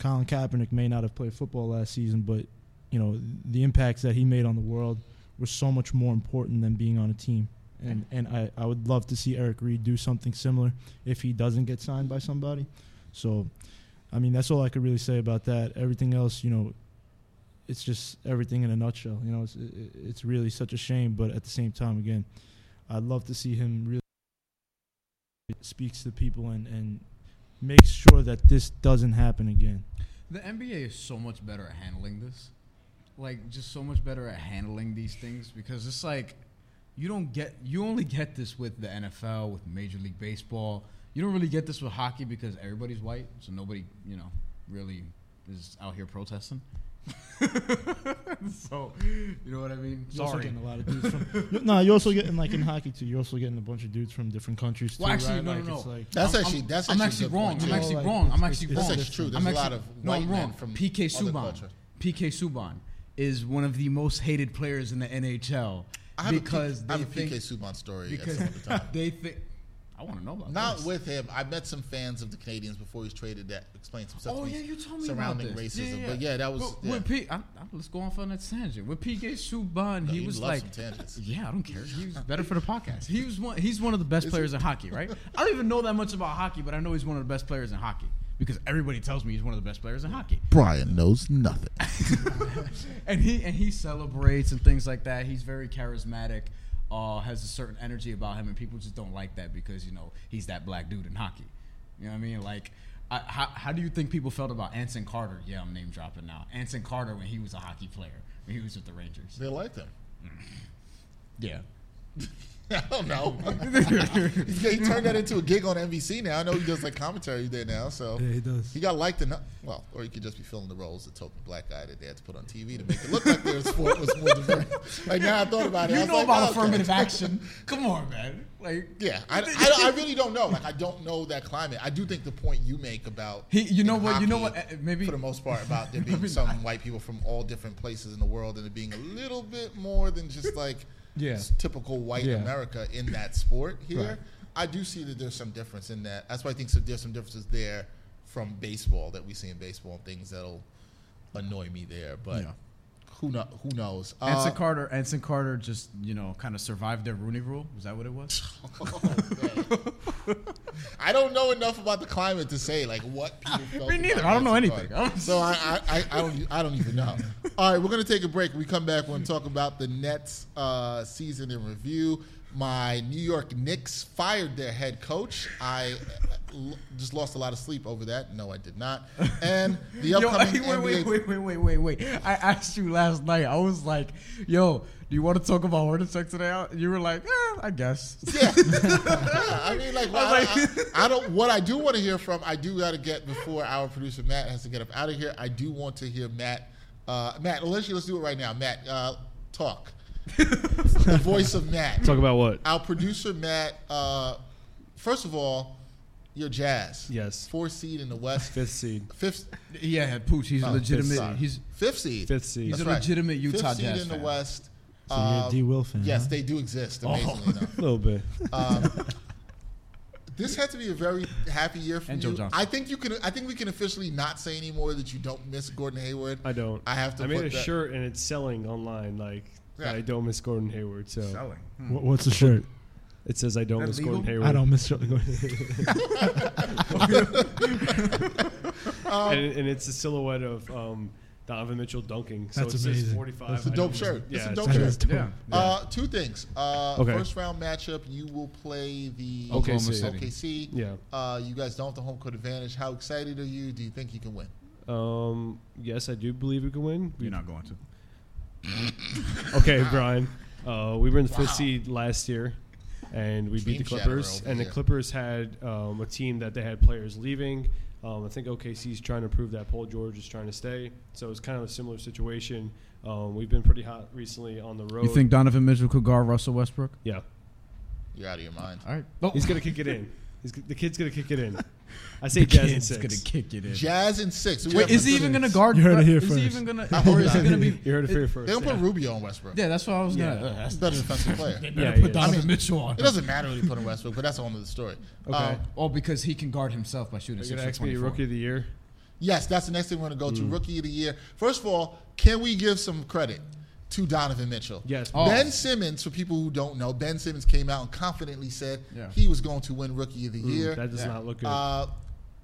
Colin Kaepernick may not have played football last season, but you know the impacts that he made on the world were so much more important than being on a team. And and I, I would love to see Eric Reed do something similar if he doesn't get signed by somebody. So, I mean that's all I could really say about that. Everything else, you know, it's just everything in a nutshell. You know, it's it, it- it's really such a shame, but at the same time, again, I'd love to see him really speaks to people and and makes sure that this doesn't happen again. The NBA is so much better at handling this. Like just so much better at handling these things because it's like you don't get you only get this with the NFL, with Major League Baseball. You don't really get this with hockey because everybody's white, so nobody, you know, really is out here protesting. *laughs* so, you know what I mean? You're also Sorry. getting a lot of dudes from. *laughs* no, nah, you're also getting like in hockey too. You're also getting a bunch of dudes from different countries too. Well, actually, right? no, like, no, It's no. like, That's I'm- actually I'm- that's I'm actually, a actually good wrong. point, I'm too. actually like, wrong. I'm it's- actually it's- wrong. it's actually true. There's I'm a actually- lot of no, white I'm men wrong. from PK other Subban. culture. PK Subban is one of the most hated players in the NHL I have because a, P- they I have a think PK Subban story. at because some other time. *laughs* they think. I want to know about Not this. with him. I met some fans of the Canadians before he was traded. That explained some stuff. Oh to me yeah, you told me surrounding about this. racism. But yeah, that was. But yeah. With P, I, I, let's go off on that tangent. With PK Subban, No, he you was love like, some tangents. yeah, I don't care. He was better for the podcast. He was one. He's one of the best players in hockey, right? I don't even know that much about hockey, but I know he's one of the best players in hockey because everybody tells me he's one of the best players in hockey. Brian knows nothing. *laughs* and he and he celebrates and things like that. He's very charismatic. Uh, has a certain energy about him, and people just don't like that because you know he's that black dude in hockey. You know what I mean? Like, I, how how do you think people felt about Anson Carter? Yeah, I'm name dropping now. Anson Carter when he was a hockey player when he was with the Rangers. *laughs* they liked him. *laughs* Yeah. I don't *laughs* know. yeah, he turned that into a gig on NBC now. I know he does like commentary there now. So yeah, he does. he got liked enough. Well, or he could just be filling the role as the token black guy that they had to put on TV to make it look like their sport was *laughs* more diverse. Like now I thought about it. I You was know like, about oh, okay. *laughs* affirmative action? Come on, man. Like, Yeah, *laughs* I, I, don't- I really don't know. Like, I don't know that climate. I do think the point you make about He- you know in what- you know hockey, what, uh, maybe- for the most part about *laughs* there being some white people from all different places in the world and it being a little bit more than *laughs* just like Yeah. s- typical white Yeah. America in that sport here. Right. I do see that there's some difference in that. That's why I think so, there's some differences there from baseball that we see in baseball and things that'll annoy me there. But Yeah. who know, who knows? Uh, Anson Carter, Anson Carter just, you know, kind of survived their Rooney rule. Is that what it was? I don't know enough about the climate to say like *laughs* what people felt. Me neither. about I don't know Nancy anything. Carter. I'm- So I, I, I, I don't I don't even *laughs* know. All right, we're gonna take a break. When we come back. We're gonna talk about the Nets uh, season in review. My New York Knicks fired their head coach. I uh, l- just lost a lot of sleep over that. No, I did not. And the *laughs* Yo, upcoming wait, wait, NBA wait, wait, wait, wait, wait. I asked you last night. I was like, yo, do you want to talk about heart attack today? You were like, eh, I guess. Yeah. *laughs* Yeah, I mean, like, I was I, I- I don't. What I do want to hear from, I do got to get before our producer Matt has to get up out of here. I do want to hear Matt. Uh, Matt, let's let's do it right now. Matt, uh, *laughs* talk. the voice of Matt. Talk about what? Our producer Matt. Uh, first of all, you're Jazz. Yes. Four seed in the West. Fifth seed. Fifth, *laughs* Yeah, Pooch, he's a Oh, sorry. legitimate. He's fifth seed. Fifth seed. He's That's a legitimate Utah Fifth seed Jazz in fan. the West. So you're a Um, D. Will fan, Yes, huh? they do exist. Oh. Amazingly enough. A little bit. Um, this had to be a very happy year for And you. Joe Johnson. I think you can. I think we can officially not say anymore that you don't miss Gordon Hayward. I don't. I have to I made put a that- shirt and it's selling online. Like Yeah. I don't miss Gordon Hayward. So selling. Wh- What's the shirt? it says I don't That miss legal? Gordon Hayward. I don't miss *laughs* Gordon Hayward. Oh. and, and it's a silhouette of um, Donovan Mitchell dunking. So That's it says amazing. 45. That's a I dope don't- shirt. Yeah, That's a it's dope That shirt. is dope. Yeah. Uh, two things. Uh, Okay. First round matchup. You will play the Oklahoma OKC. City. OKC. Yeah. Uh, you guys don't have the home court advantage. How excited are you? Do you think you can win? Um, yes, I do believe we can win. We- You're not going to. Okay, Brian. *laughs* Uh, we were in the Wow. fifth seed last year, and we beat Dream the Clippers. shatterer over And the here. Clippers had um, a team that they had players leaving. Um, I think OKC's trying to prove that Paul George is trying to stay. So it's kind of a similar situation. Um, we've been pretty hot recently on the road. You think Donovan Mitchell could guard Russell Westbrook? Yeah, You're out of your mind. All right. *laughs* he's gonna kick it in. He's, g- the kid's gonna kick it in. I say Jazz and going to six. kick it in. Jazz in six. We Wait, have- is he even going to guard? You heard it here is first. he even going to? Or is he going to be? You heard it here They're first. gonna put Rubio on Westbrook. Yeah, that's what I was going to. Yeah. That's better defensive player. Yeah, Yeah, yeah, put yeah. Donovan I mean, Mitchell on. It doesn't matter who you put on Westbrook, but that's all another story. Okay. Um, Oh, because he can guard himself by shooting. six You're gonna for ask me 24. rookie of the year. Yes, that's the next thing we're going to go Mm. to. Rookie of the year. First of all, can we give some credit to Donovan Mitchell? Yes. Oh. Ben Simmons, for people who don't know, Ben Simmons came out and confidently said Yeah. he was going to win Rookie of the Mm, Year. That does Yeah. not look good. Uh,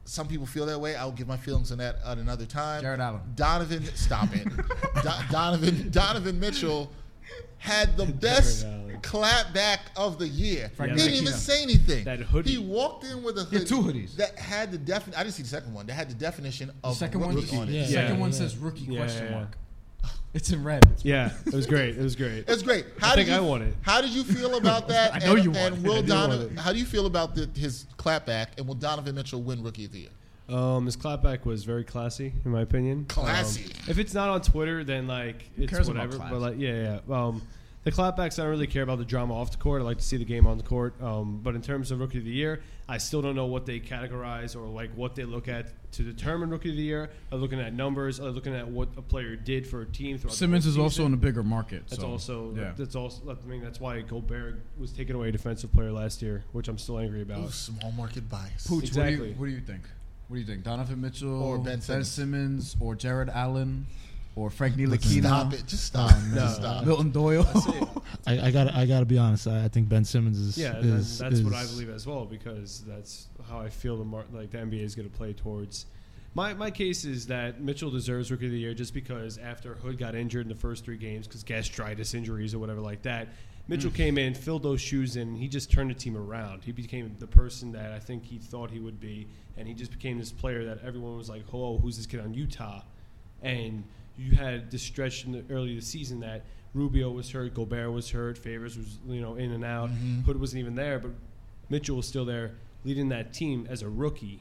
some people feel that way. I'll give my feelings on that at another time. Jared Allen. Donovan, stop *laughs* it. Do- Donovan, Donovan Mitchell had the best Allen. clapback of the year. Frank Didn't even Ntilikina. say anything. That hoodie. He walked in with a hoodie. two hoodies. That had the definition. I didn't see the second one. That had the definition The of second one, rookie on it. the Yeah. second one Yeah. says rookie Yeah, question yeah, yeah. mark. *laughs* It's in red. It's yeah, it was great. It was great. It's great. How think did you, I want it. How did you feel *laughs* about that? I know and, you want and it. will I do want Donovan? it. How do you feel about the, his clapback? And will Donovan Mitchell win Rookie of the Year? Um, his clapback was very classy, in my opinion. Classy. Um, if it's not on Twitter, then like it's cares about whatever. class? But like, yeah, yeah. Um, the clapbacks, I don't really care about the drama off the court. I like to see the game on the court. Um, but in terms of rookie of the year, I still don't know what they categorize or like what they look at to determine rookie of the year. Are they looking at numbers? Are they looking at what a player did for a team? Throughout the Simmons whole is also season? in a bigger market. That's so, also yeah. that's also. I mean, that's why Goldberg was taken away defensive player last year, which I'm still angry about. Ooh, small market bias. Pooch, what, do Exactly. you, what do you think? What do you think? Donovan Mitchell Or Ben Simmons. Simmons, or Jared Allen or Frank Ntilikina, Stop it. Just *laughs* stop. Just stop. Milton Doyle. I, I gotta I gotta be honest. I, I think Ben Simmons is Yeah, that- is, that's what I is- believe as well because that's how I feel the mar- like the NBA is going to play towards. My my case is that Mitchell deserves Rookie of the Year just because after Hood got injured in the first three games because gastritis injuries or whatever like that, Mm. Mitchell came in, filled those shoes in, and he just turned the team around. He became the person that I think he thought he would be, and he just became this player that everyone was like, "Oh, who's this kid on Utah?" and you had this stretch in the early of the season that Rubio was hurt, Gobert was hurt, Favors was you know in and out, Mm-hmm. Hood wasn't even there, but Mitchell was still there leading that team as a rookie,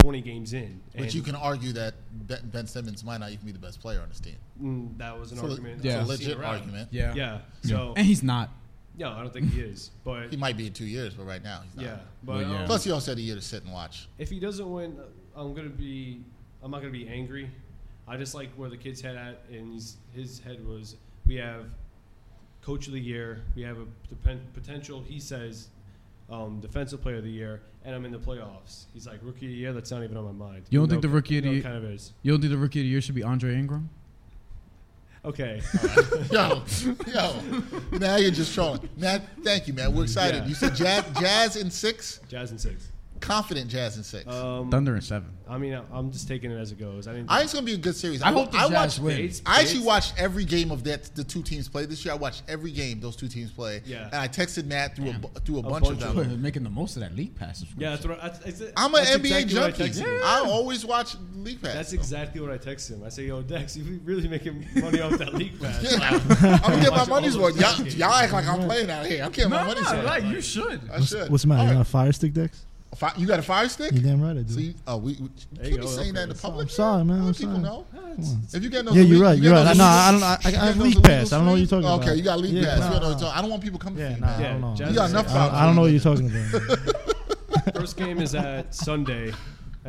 twenty games in. But and you can argue that Ben Ben Simmons might not even be the best player on this team. mm, that was an It's a- argument. it's Yeah. a I've seen legit around. argument. *laughs* yeah. Yeah. So And he's not. no, I don't think he is, but He might be in two years, but right now he's not. yeah, but Well, yeah. um, Plus, he also had a year to sit and *laughs* watch. if he doesn't win, I'm gonna be. I'm not gonna be angry. I just like where the kid's head at, and his, his head was. We have coach of the year. We have a the pen- potential. He says um, defensive player of the year, and I'm in the playoffs. He's like rookie of the year. That's not even on my mind. You don't Even think the though- rookie of the no, it year- kind of is? You don't think the rookie of the year should be Andre Ingram? *laughs* Okay, Yo, yo. Now you're just trolling. Matt, thank you, man. We're excited. Yeah. You said jazz, jazz in six, Jazz and six. confident jazz in six. Um, Thunder and seven. I mean, I- I'm just taking it as it goes. I didn't. I think it's gonna be a good series. I hope the I watched. Jazz win. *laughs* Bates- I actually Bates- watched every game of that the two teams play this year. I watched every game those two teams play. Yeah. And I texted Matt through a, Damn. bu- through a, bunch, of them. We're making the most of that league pass subscription. Yeah, that's what I, that's, that's- I'm an that's NBA exactly what I junkie. texted him. I always watch league pass. That's so. exactly what I texted him. I say, "Yo, Dex, you really making money off that league pass." *laughs* Yeah. I'm gonna get my Watch all money's those worth. Y'all, games. y'all act like I'm playing out here. I'm getting my No, money's no, worth. like, you should. I What's, should. what's the matter? All You right. got a fire stick, Dex? Fi- you got a fire stick? You damn right I do. See, oh, we, we There can't you be go, saying that in the okay. public. I'm sorry, man, Let I'm people sorry. know. No, it's- it's- If you get no, yeah, you're right. You're right. No, I don't. I, I, I have league pass. I don't know what you're talking about. Okay, you got league Yeah, pass. nah, You don't know what you're nah. talking- I don't want people coming. for Yeah, you, nah, man. I don't Yeah, know. Jazz You got enough I, problems. I don't know what you're talking about. First game is at Sunday.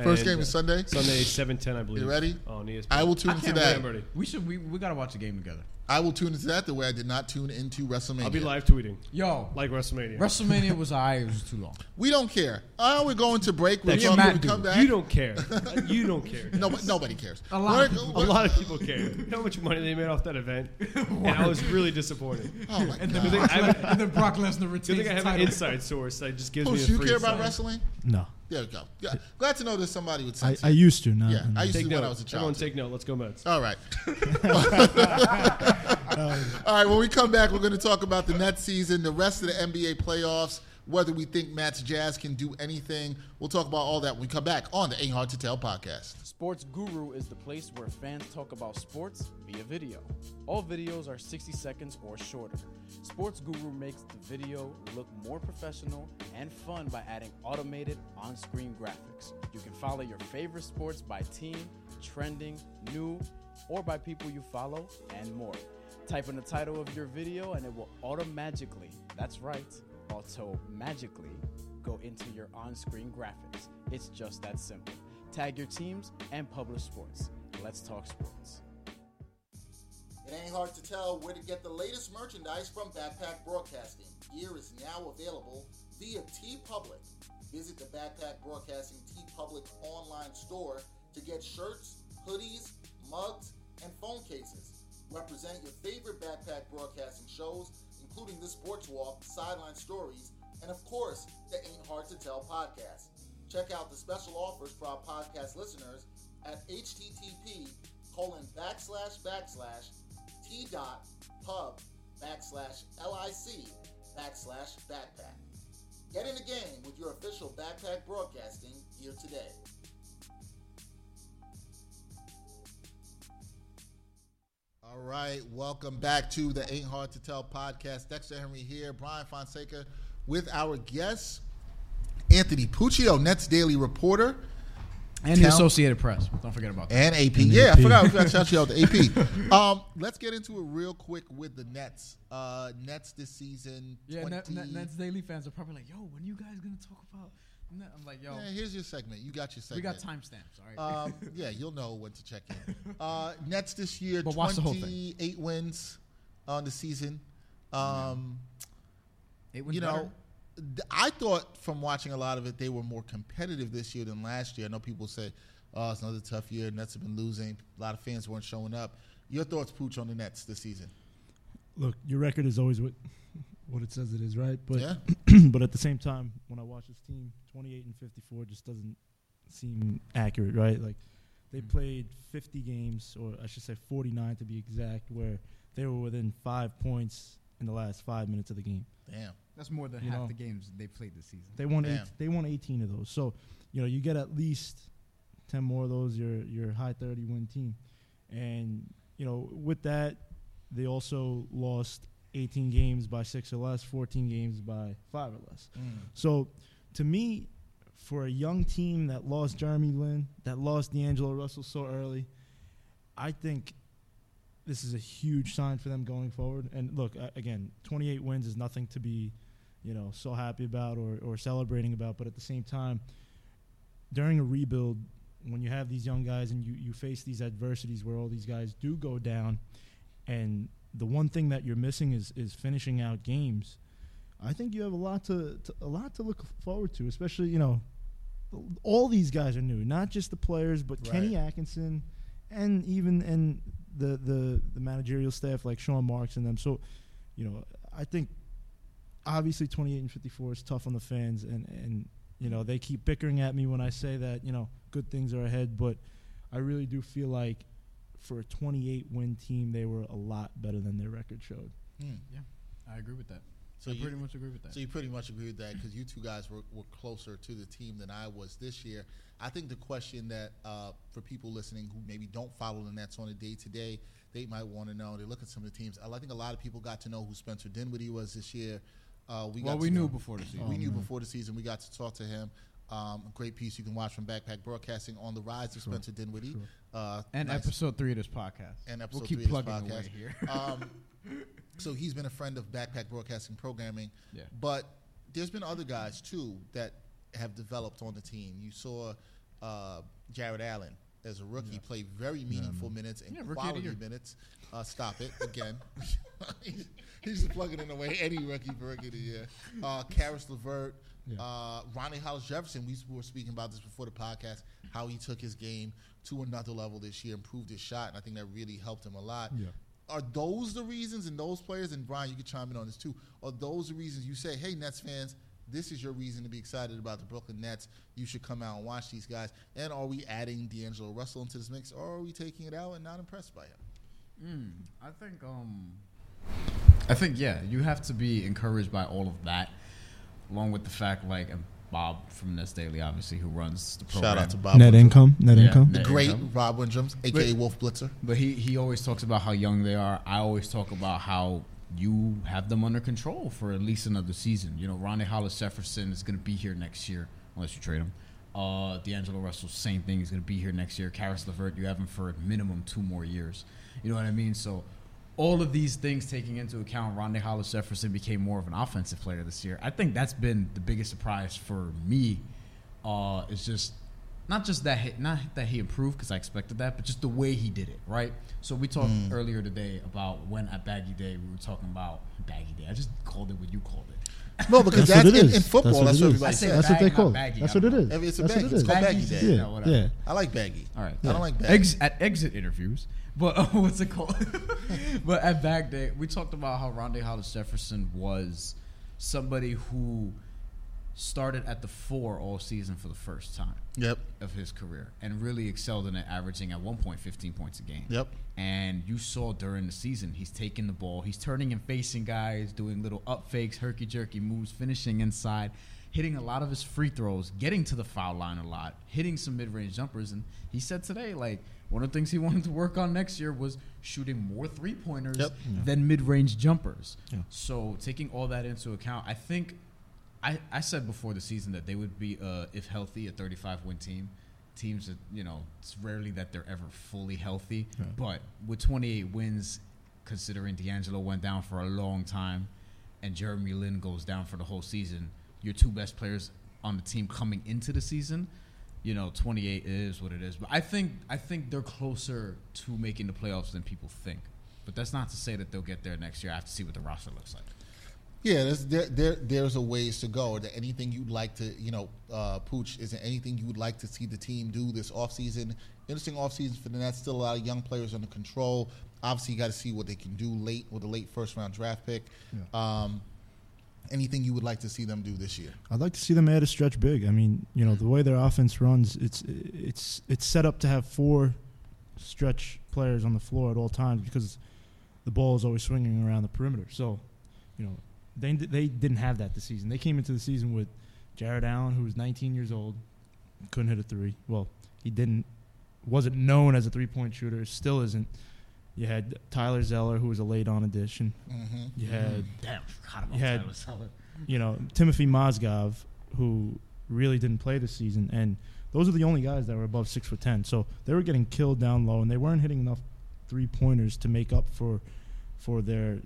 First and game is Sunday. Sunday seven ten, I believe. ready? On E ESPN. I will tune I into can't that. remember. We should. We, we gotta watch the game together. I will tune into that the way I did not tune into WrestleMania. I'll be live tweeting Yo, like WrestleMania. WrestleMania was I. It was too long. We don't care. Oh, we're going to break. We're That's talking, Matt we come dude. back. you don't *laughs* care. you don't care. No, nobody cares. A lot of We're- A we're- lot of people care. You know how much money they made off *laughs* that event? and I was really disappointed. Oh my And then, God. I have- and then Brock Lesnar Good retains thing the I have an title. inside source that just gives me a Push, free you care about sign. wrestling? no, There you go. Yeah. Glad to know that somebody would I, sense I it. used to. Not, Yeah, I used Take to when note. I was a Everyone child. take note. Let's go Mets. All right. *laughs* All right. When we come back, we're going to talk about the Nets season, the rest of the NBA playoffs, whether we think Matt's Jazz can do anything. We'll talk about all that when we come back on the Ain't Hard to Tell podcast. Sports Guru is the place where fans talk about sports via video. All videos are 60 seconds or shorter. Sports Guru makes the video look more professional and fun by adding automated on screen graphics. You can follow your favorite sports by team, trending, new, or by people you follow, and more. Type in the title of your video and it will automatically, that's right, automatically go into your on screen graphics. It's just that simple tag your teams, and publish sports. Let's talk sports. It ain't hard to tell where to get the latest merchandise from Backpack Broadcasting. Gear is now available via T Public. Visit the Backpack Broadcasting T Public online store to get shirts, hoodies, mugs, and phone cases. Represent your favorite Backpack Broadcasting shows, including the Sports Walk, Sideline Stories, and of course, the Ain't Hard to Tell podcast. Check out the special offers for our podcast listeners at http colon backslash backslash t dot pub backslash lic backslash backpack. Get in the game with your official backpack broadcasting here today. All right, welcome back to the Ain't Hard to Tell podcast. Dexter Henry here, Brian Fonseca with our guest, Anthony Puccio, Nets Daily Reporter And the Tell- Associated Press. Don't forget about that. and AP. yeah, I forgot. I forgot to shout you out to AP. Um, let's get into it real quick with the Nets. Uh, Nets this season. Yeah, 20 Net, Net, Nets Daily fans are probably like, "Yo, when you guys gonna talk about?" Net? I'm like, "Yo, Yeah, here's your segment. You got your we segment. got timestamps, all right." Um, yeah, you'll know when to check *laughs* in. Uh, Nets this year, But watch the whole thing. 28 wins on the season. Um, it was you know, th- I thought from watching a lot of it, they were more competitive this year than last year. I know people say, "Oh, it's another tough year. Nets have been losing. A lot of fans weren't showing up." Your thoughts, Pooch, on the Nets this season? Look, your record is always what what it says it is, right? But yeah, *clears throat* but at the same time, when I watch this team, 28 and 54 just doesn't seem accurate, right? Like they Mm-hmm. played 50 games, or I should say 49 to be exact, where they were within five points in the last five minutes of the game. damn. that's more than you half know. the games they played this season. They won Damn. eight, they won 18 of those. So, you know, you get at least 10 more of those you're you're a high 30 win team. And, you know, with that, they also lost 18 games by 6 or less, 14 games by 5 or less. Mm, So, to me, for a young team that lost Jeremy Lin, that lost D'Angelo Russell so early, I think this is a huge sign for them going forward. And look, a- again, 28 wins is nothing to be, you know, so happy about or, or celebrating about. But at the same time, during a rebuild, when you have these young guys and you, you face these adversities where all these guys do go down, and the one thing that you're missing is is finishing out games. I think you have a lot to, to a lot to look forward to, especially you know, all these guys are new, not just the players, but Kenny Atkinson, and even and the, the the managerial staff like Sean Marks and them. So, you know, I think obviously 28 and 54 is tough on the fans, and and you know they keep bickering at me when I say that you know good things are ahead, but I really do feel like for a 28 win team, they were a lot better than their record showed. Hmm. Yeah, I agree with that. So I you- pretty much agree with that. So you pretty much agree with that because you two guys were, were closer to the team than I was this year. I think the question that uh, for people listening who maybe don't follow the Nets on a day to day, they might want to know. They look at some of the teams. I think a lot of people got to know who Spencer Dinwiddie was this year. Uh, we well, got we to knew know- before the season. Mm-hmm. we knew before the season. We got to talk to him. Um, a great piece you can watch from Backpack Broadcasting on the rise of Spencer Dinwiddie. Uh, and nice- episode three of this podcast. and episode we'll keep three of this plugging podcast. away here. um, *laughs* so he's been a friend of Backpack Broadcasting Programming. Yeah. But there's been other guys too that have developed on the team. You saw uh, Jared Allen as a rookie play very meaningful minutes and Yeah, rookie of the quality year. minutes. Uh, stop it again. *laughs* he's, he's plugging in away any rookie for rookie of the year. Uh, Karis LeVert. Uh, Ronnie Hollis Jefferson, we were speaking about this before the podcast, how he took his game to another level this year, improved his shot, and I think that really helped him a lot Yeah. are those the reasons and those players and Brian, you could chime in on this too. Are those the reasons you say, hey Nets fans, this is your reason to be excited about the Brooklyn Nets. You should come out and watch these guys. And are we adding D'Angelo Russell into this mix, or are we taking it out and not impressed by him? Mm, I think um I think yeah, you have to be encouraged by all of that, along with the fact like and Bob from Nest Daily, obviously, who runs the program. Bob. net income, net Yeah. income. Net Great income. Rob Windrums, aka Wolf Blitzer. But he he always talks about how young they are. I always talk about how you have them under control for at least another season. You know, Ronnie Hollis Jefferson is going to be here next year unless you trade him. Uh, D'Angelo Russell, same thing. He's going to be here next year. Karis LeVert, you have him for a minimum two more years. You know what I mean? So all of these things taking into account, Rondé Hollis Jefferson became more of an offensive player this year. I think that's been the biggest surprise for me. Uh, it's just not just that he, not that he improved because I expected that, but just the way he did it, right? So we talked Mm. earlier today about when at Baggy Day we were talking about Baggy Day. I just called it what you called it. *laughs* No, because That's that's, what it in, is. in football. That's, That's what what it is. everybody I say says. That's what they Bag, not call it. baggy, That's I what it don't is. know. It's a That's bag. what it It's is. called baggy Baggy day. day. Yeah, No, whatever. yeah. I like baggy. All right. I don't like baggy. Ex- at exit interviews, but *laughs* what's it called? but at back day, we talked about how Rondé Hollis Jefferson was somebody who started at the four all season for the first time Yep. of his career and really excelled in it, averaging at one point 15 points a game. Yep. And you saw during the season, he's taking the ball, he's turning and facing guys, doing little up fakes, herky jerky moves, finishing inside, hitting a lot of his free throws, getting to the foul line a lot, hitting some mid range jumpers. And he said today, like, one of the things he *laughs* wanted to work on next year was shooting more three pointers Yep. than mid range jumpers. Yeah. So, taking all that into account, I think I, I said before the season that they would be, uh, if healthy, a 35 win team. Teams that, you know, it's rarely that they're ever fully healthy. But with 28 wins, considering D'Angelo went down for a long time and Jeremy Lin goes down for the whole season, your two best players on the team coming into the season, you know, 28 is what it is. But I think I think they're closer to making the playoffs than people think. But that's not to say that they'll get there next year. I have to see what the roster looks like. Yeah, there's, there, there, there's a ways to go. Is there anything you'd like to, you know, uh, Pooch, is there anything you would like to see the team do this offseason? Interesting offseason for the Nets. Still a lot of young players under control. Obviously, you got to see what they can do late with a late first round draft pick. Um, anything you would like to see them do this year? I'd like to see them add a stretch big. I mean, you know, the way their offense runs, it's it's it's set up to have four stretch players on the floor at all times because the ball is always swinging around the perimeter. So, you know, they they didn't have that this season. They came into the season with Jared Allen, who was 19 years old, couldn't hit a three. Well, he didn't wasn't known as a three point shooter. Still isn't. You had Tyler Zeller, who was a late on addition. Mm-hmm. You had Damn, I forgot about You had- Tyler Zeller. you know, Timothy Mozgov, who really didn't play this season, and those are the only guys that were above six foot ten. So they were getting killed down low, and they weren't hitting enough three pointers to make up for for their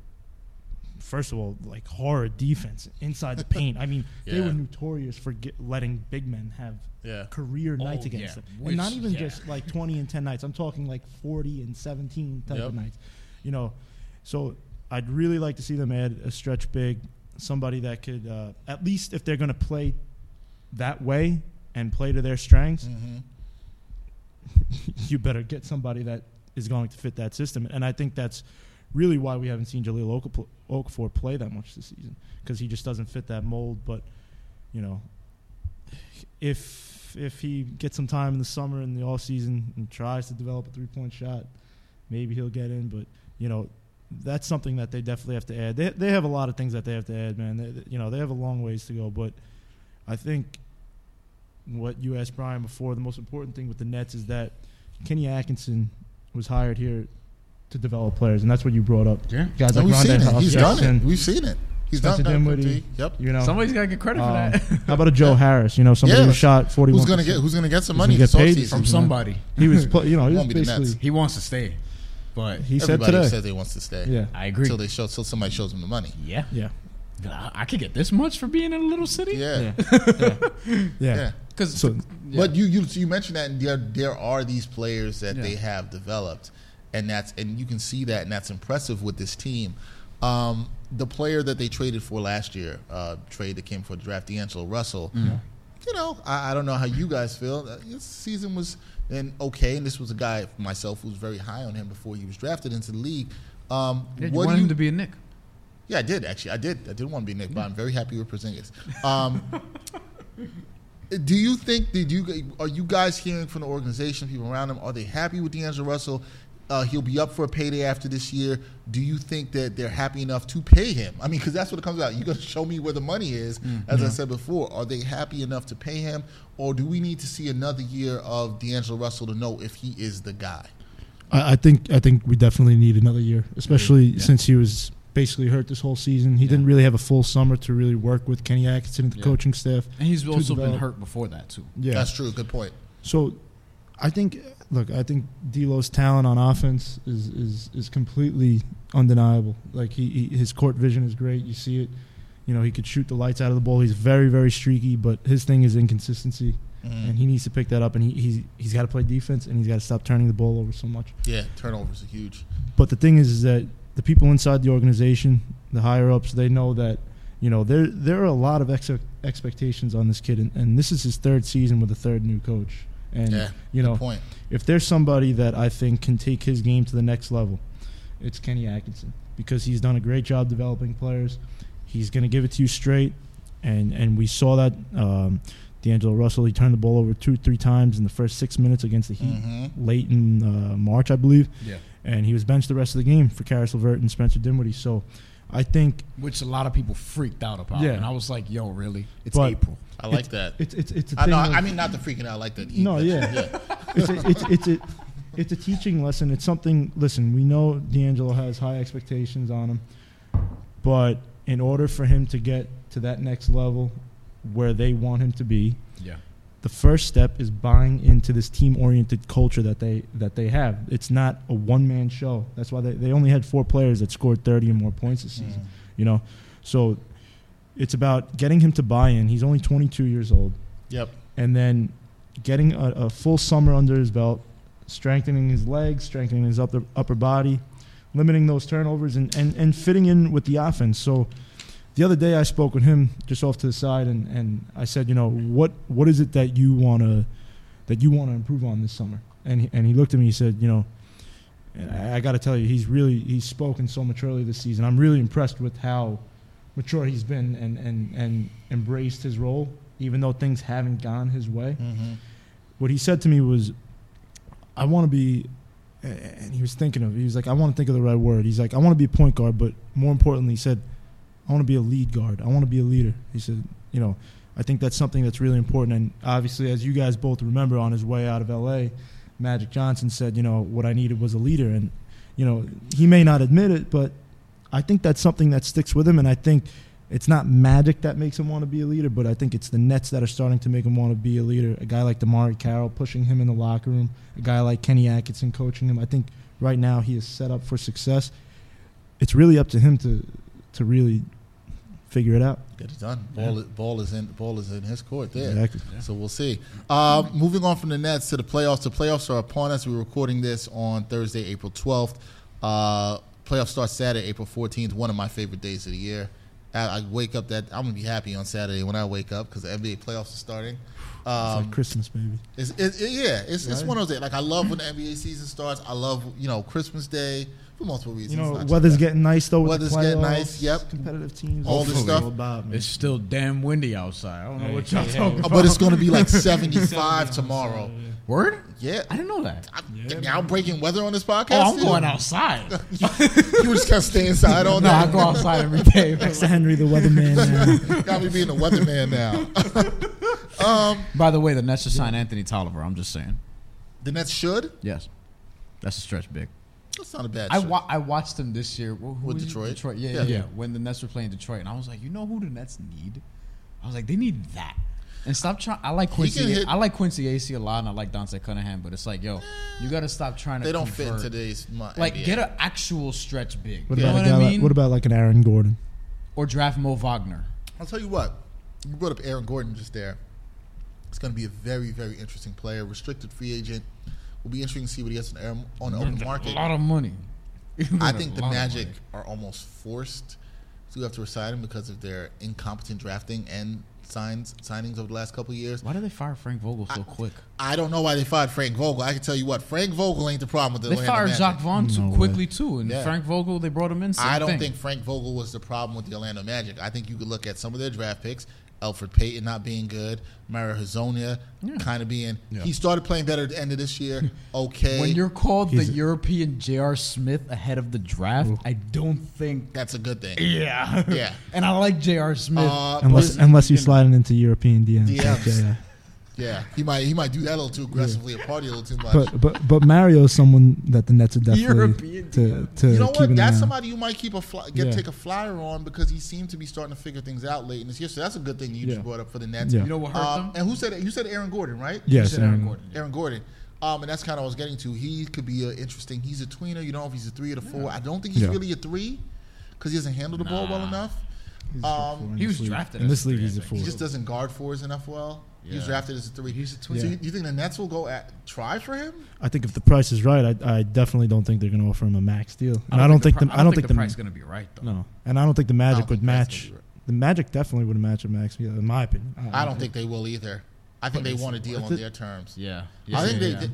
first of all like horrid defense inside the paint. I mean, they Yeah. were notorious for get, letting big men have Yeah. career Oh, nights against yeah. them, and not Which- even yeah. just like twenty and ten nights. I'm talking like forty and seventeen type Yep. of nights, you know. So I'd really like to see them add a stretch big, somebody that could uh, at least if they're going to play that way and play to their strengths, Mm-hmm. you better get somebody that is going to fit that system. And I think that's really why we haven't seen Jaleel Okafor- Okafor play that much this season because he just doesn't fit that mold. But you know, if if he gets some time in the summer and the off season and tries to develop a three point shot, maybe he'll get in. But you know, that's something that they definitely have to add. They they have a lot of things that they have to add, man. They- They, you know, they have a long ways to go, but I think what you asked Brian before, the most important thing with the Nets is that Kenny Atkinson was hired here to develop players, and that's what you brought up. Yeah. guys And like we've seen Rondé it. Oh, He's done Hollis-Jefferson, it. We've seen it. He's Spencer done it. Dinwiddie. Yep. You know, Somebody's got to get credit for um, that. *laughs* how about a Joe Harris? You know, somebody Yeah. who shot forty-one. Who's gonna get Who's gonna get some He's money gonna this get paid offseason? this From Mhm. somebody. He was, pl- you know, he was Won't be the Nets. basically. He wants to stay, but He said Everybody today. says they wants to stay. yeah, I agree. Until they show, till somebody shows them the money. yeah. yeah, I- I could get this much for being in a little city. Yeah. *laughs* yeah. Yeah. Because So But you, you you mentioned that and there there are these players that Yeah. they have developed, and that's and you can see that and that's impressive with this team. Um, the player that they traded for last year, uh, trade that came for draft, D'Angelo Russell. Mm-hmm. You know, I, I don't know how you guys feel. Uh, This season was and okay, and this was a guy myself who was very high on him before he was drafted into the league. Um, yeah, you what do want you him to be a Nick. yeah, I did actually. I did. I did want to be Nick, but I'm very happy with Porzingis. Um, *laughs* do you think? Did you? Are you guys hearing from the organization, people around him? Are they happy with D'Angelo Russell? Uh, he'll be up for a payday after this year. Do you think that they're happy enough to pay him? I mean, because that's what it comes out. You're going to show me where the money is, Mm, as I said before. Are they happy enough to pay him, or do we need to see another year of D'Angelo Russell to know if he is the guy? I, I think I think we definitely need another year, especially since he was basically hurt this whole season. He didn't really have a full summer to really work with Kenny Atkinson and the Yeah. coaching staff. And he's to also been develop. hurt before that too. Yeah, That's true. Good point. So, I think, look, I think D'Lo's talent on offense is is is completely undeniable. Like he, he his court vision is great. You see it. You know, he could shoot the lights out of the ball. He's very very streaky, but his thing is inconsistency, Mhm. and he needs to pick that up. And he he's, he's got to play defense, and he's got to stop turning the ball over so much. Yeah, turnovers are huge. But the thing is, is that the people inside the organization, the higher ups, they know that you know there there are a lot of ex- expectations on this kid, and, and this is his third season with a third new coach. And Yeah, you know, Good point. if there's somebody that I think can take his game to the next level, it's Kenny Atkinson because he's done a great job developing players. He's going to give it to you straight, and and we saw that um, D'Angelo Russell he turned the ball over two three times in the first six minutes against the Heat hmm late in uh, March, I believe, Yeah. and he was benched the rest of the game for Karis LeVert and Spencer Dinwiddie. So, I think Which a lot of people freaked out about. Yeah. And I was like, yo, really? It's But- April. I like that. it's it's it's a I thing know. of- I mean, not the freaking out like that. He- No, that's- *laughs* yeah. it's a, it's it's a it's a teaching lesson. It's something. Listen, we know D'Angelo has high expectations on him, but in order for him to get to that next level where they want him to be, Yeah. the first step is buying into this team-oriented culture that they that they have. It's not a one-man show. That's why they, they only had four players that scored 30 or more points Mm-hmm. this season. You know, so it's about getting him to buy in. He's only 22 years old Yep. and then getting a, a full summer under his belt, strengthening his legs, strengthening his upper upper body, limiting those turnovers, and, and, and fitting in with the offense. So the other day I spoke with him just off to the side, and, and I said, you know, what what is it that you wanna that you wanna improve on this summer? And he, and he looked at me, he said, you know. And I, I got to tell you, he's really he's spoken so maturely this season. I'm really impressed with how mature he's been and and and embraced his role, even though things haven't gone his way. Mm-hmm. What he said to me was, "I want to be," a- and he was thinking of. He was like, "I want to think of the right word." He's like, "I want to be a point guard," but more importantly, he said, "I want to be a lead guard. I want to be a leader." He said, "You know." I think that's something that's really important, and obviously, as you guys both remember, on his way out of LA, Magic Johnson said, "You know, what I needed was a leader," and you know, he may not admit it, but I think that's something that sticks with him, and I think it's not magic that makes him want to be a leader, but I think it's the Nets that are starting to make him want to be a leader. A guy like Damari Carroll pushing him in the locker room, a guy like Kenny Atkinson coaching him. I think right now he is set up for success. It's really up to him to to really figure it out. Get it done. Ball, is ball is in. Ball is in his court there. Exactly. So we'll see. Uh, moving on from the Nets to the playoffs. The playoffs are upon us. We're recording this on Thursday, April 12th. Uh, playoffs start Saturday, April 14th. One of my favorite days of the year. I, I wake up that I'm gonna be happy on Saturday when I wake up because the NBA playoffs are starting. Um, like Christmas, baby. it's, it, it- yeah, it's, it's Right. one of those. Like I love when the NBA season starts. I love you know Christmas Day for multiple reasons. You It's know, not just weather's that. getting nice though. With Weather's the getting playoffs, nice, yep. Competitive teams. All this stuff. About, It's still damn windy outside. I don't know Hey, what y'all hey, talking hey. Uh, about. but it's gonna be *laughs* like 75 tomorrow. Word? Yeah, I didn't know that. I, Yeah, now I'm breaking weather on this podcast. Oh, I'm too? going outside. *laughs* You just gotta stay inside all no, I night. go outside every day. Next to Henry, the weatherman. now. Got me being a weatherman now. *laughs* um, By the way, the Nets should sign Anthony Tolliver. I'm just saying. the Nets should. Yes. That's a stretch big. That's not a bad. I, should. wa- I watched them this year. Who, who With was it? Detroit? Detroit. Yeah, yeah, Yeah. yeah, When the Nets were playing Detroit. And I was like, you know who the Nets need? I was like, they need that. And stop trying. I like can Quincy. hit- I like Quincy AC a lot, and I like Dante Cunningham. But it's like, yo, you got to stop trying to. Eh, they don't fit in convert. today's mu- Like, NBA. get an actual stretch big. What you know about what a guy I like, mean? What about like an Aaron Gordon? or draft Mo Wagner. I'll tell you what. You brought up Aaron Gordon just there. It's going to be a very, very interesting player. Restricted free agent. Will be interesting to see what he has on, Aaron, on the open market. A lot of money. *laughs* I think the A lot of Magic money. are almost forced to have to resign him because of their incompetent drafting and signs signings over the last couple of years. Why did they fire Frank Vogel so quick? I don't know why they fired Frank Vogel. I can tell you what, Frank Vogel ain't the problem with the They Atlanta fired Magic. Jacques Vaughn too No way. quickly too, and Yeah. Frank Vogel they brought him in. Same I don't thing. think Frank Vogel was the problem with the Orlando Magic. I think you could look at some of their draft picks, Alfred Payton not being good, Mario Hazonia Yeah. kind of being. Yeah. He started playing better at the end of this *laughs* year. Okay, when you're called the He's- European J.R. Smith ahead of the draft, I don't think. that's a good thing. *laughs* Yeah. Yeah. and I like J.R. Smith. Uh, Unless but- unless you're sliding into European DMs. DMs. yeah, yeah. yeah, he might he might do that a little too aggressively, and party a little too much. But but but Mario's someone that the Nets are definitely European to, to you know keep what? an eye That's on. somebody you might keep a fly, get Yeah. take a flyer on because he seemed to be starting to figure things out late in this year. So that's a good thing you Yeah. just brought up for the Nets. Yeah. you know what hurt Um, them? and who said it? You said Aaron Gordon, right? You Yes, said Aaron Aaron- Gordon. Aaron Gordon. Um, and that's kind of what I was getting to. He could be an interesting. He's a tweener. You don't know if he's a three or a four. I don't think he's Yeah. really a three because he doesn't handle the ball well Nah. enough. Um, He's four in he this was league. drafted in as this a league. three, I He's a think. four. He just doesn't guard fours enough well. He was Yeah. drafted as a three. He's a tweener. So Yeah. you, you think the Nets will go at, try for him? I think if the price is right, I, I definitely don't think they're going to offer him a max deal. And I don't think the, the pri- I don't think the price is gonna be right though. no, and I don't think the Magic think would that's match. gonna be The Magic definitely would match a max deal, in my opinion. Uh, I don't think they will either. I think they it's- want a deal I on think- their terms. Yeah. I think yeah, they, yeah. they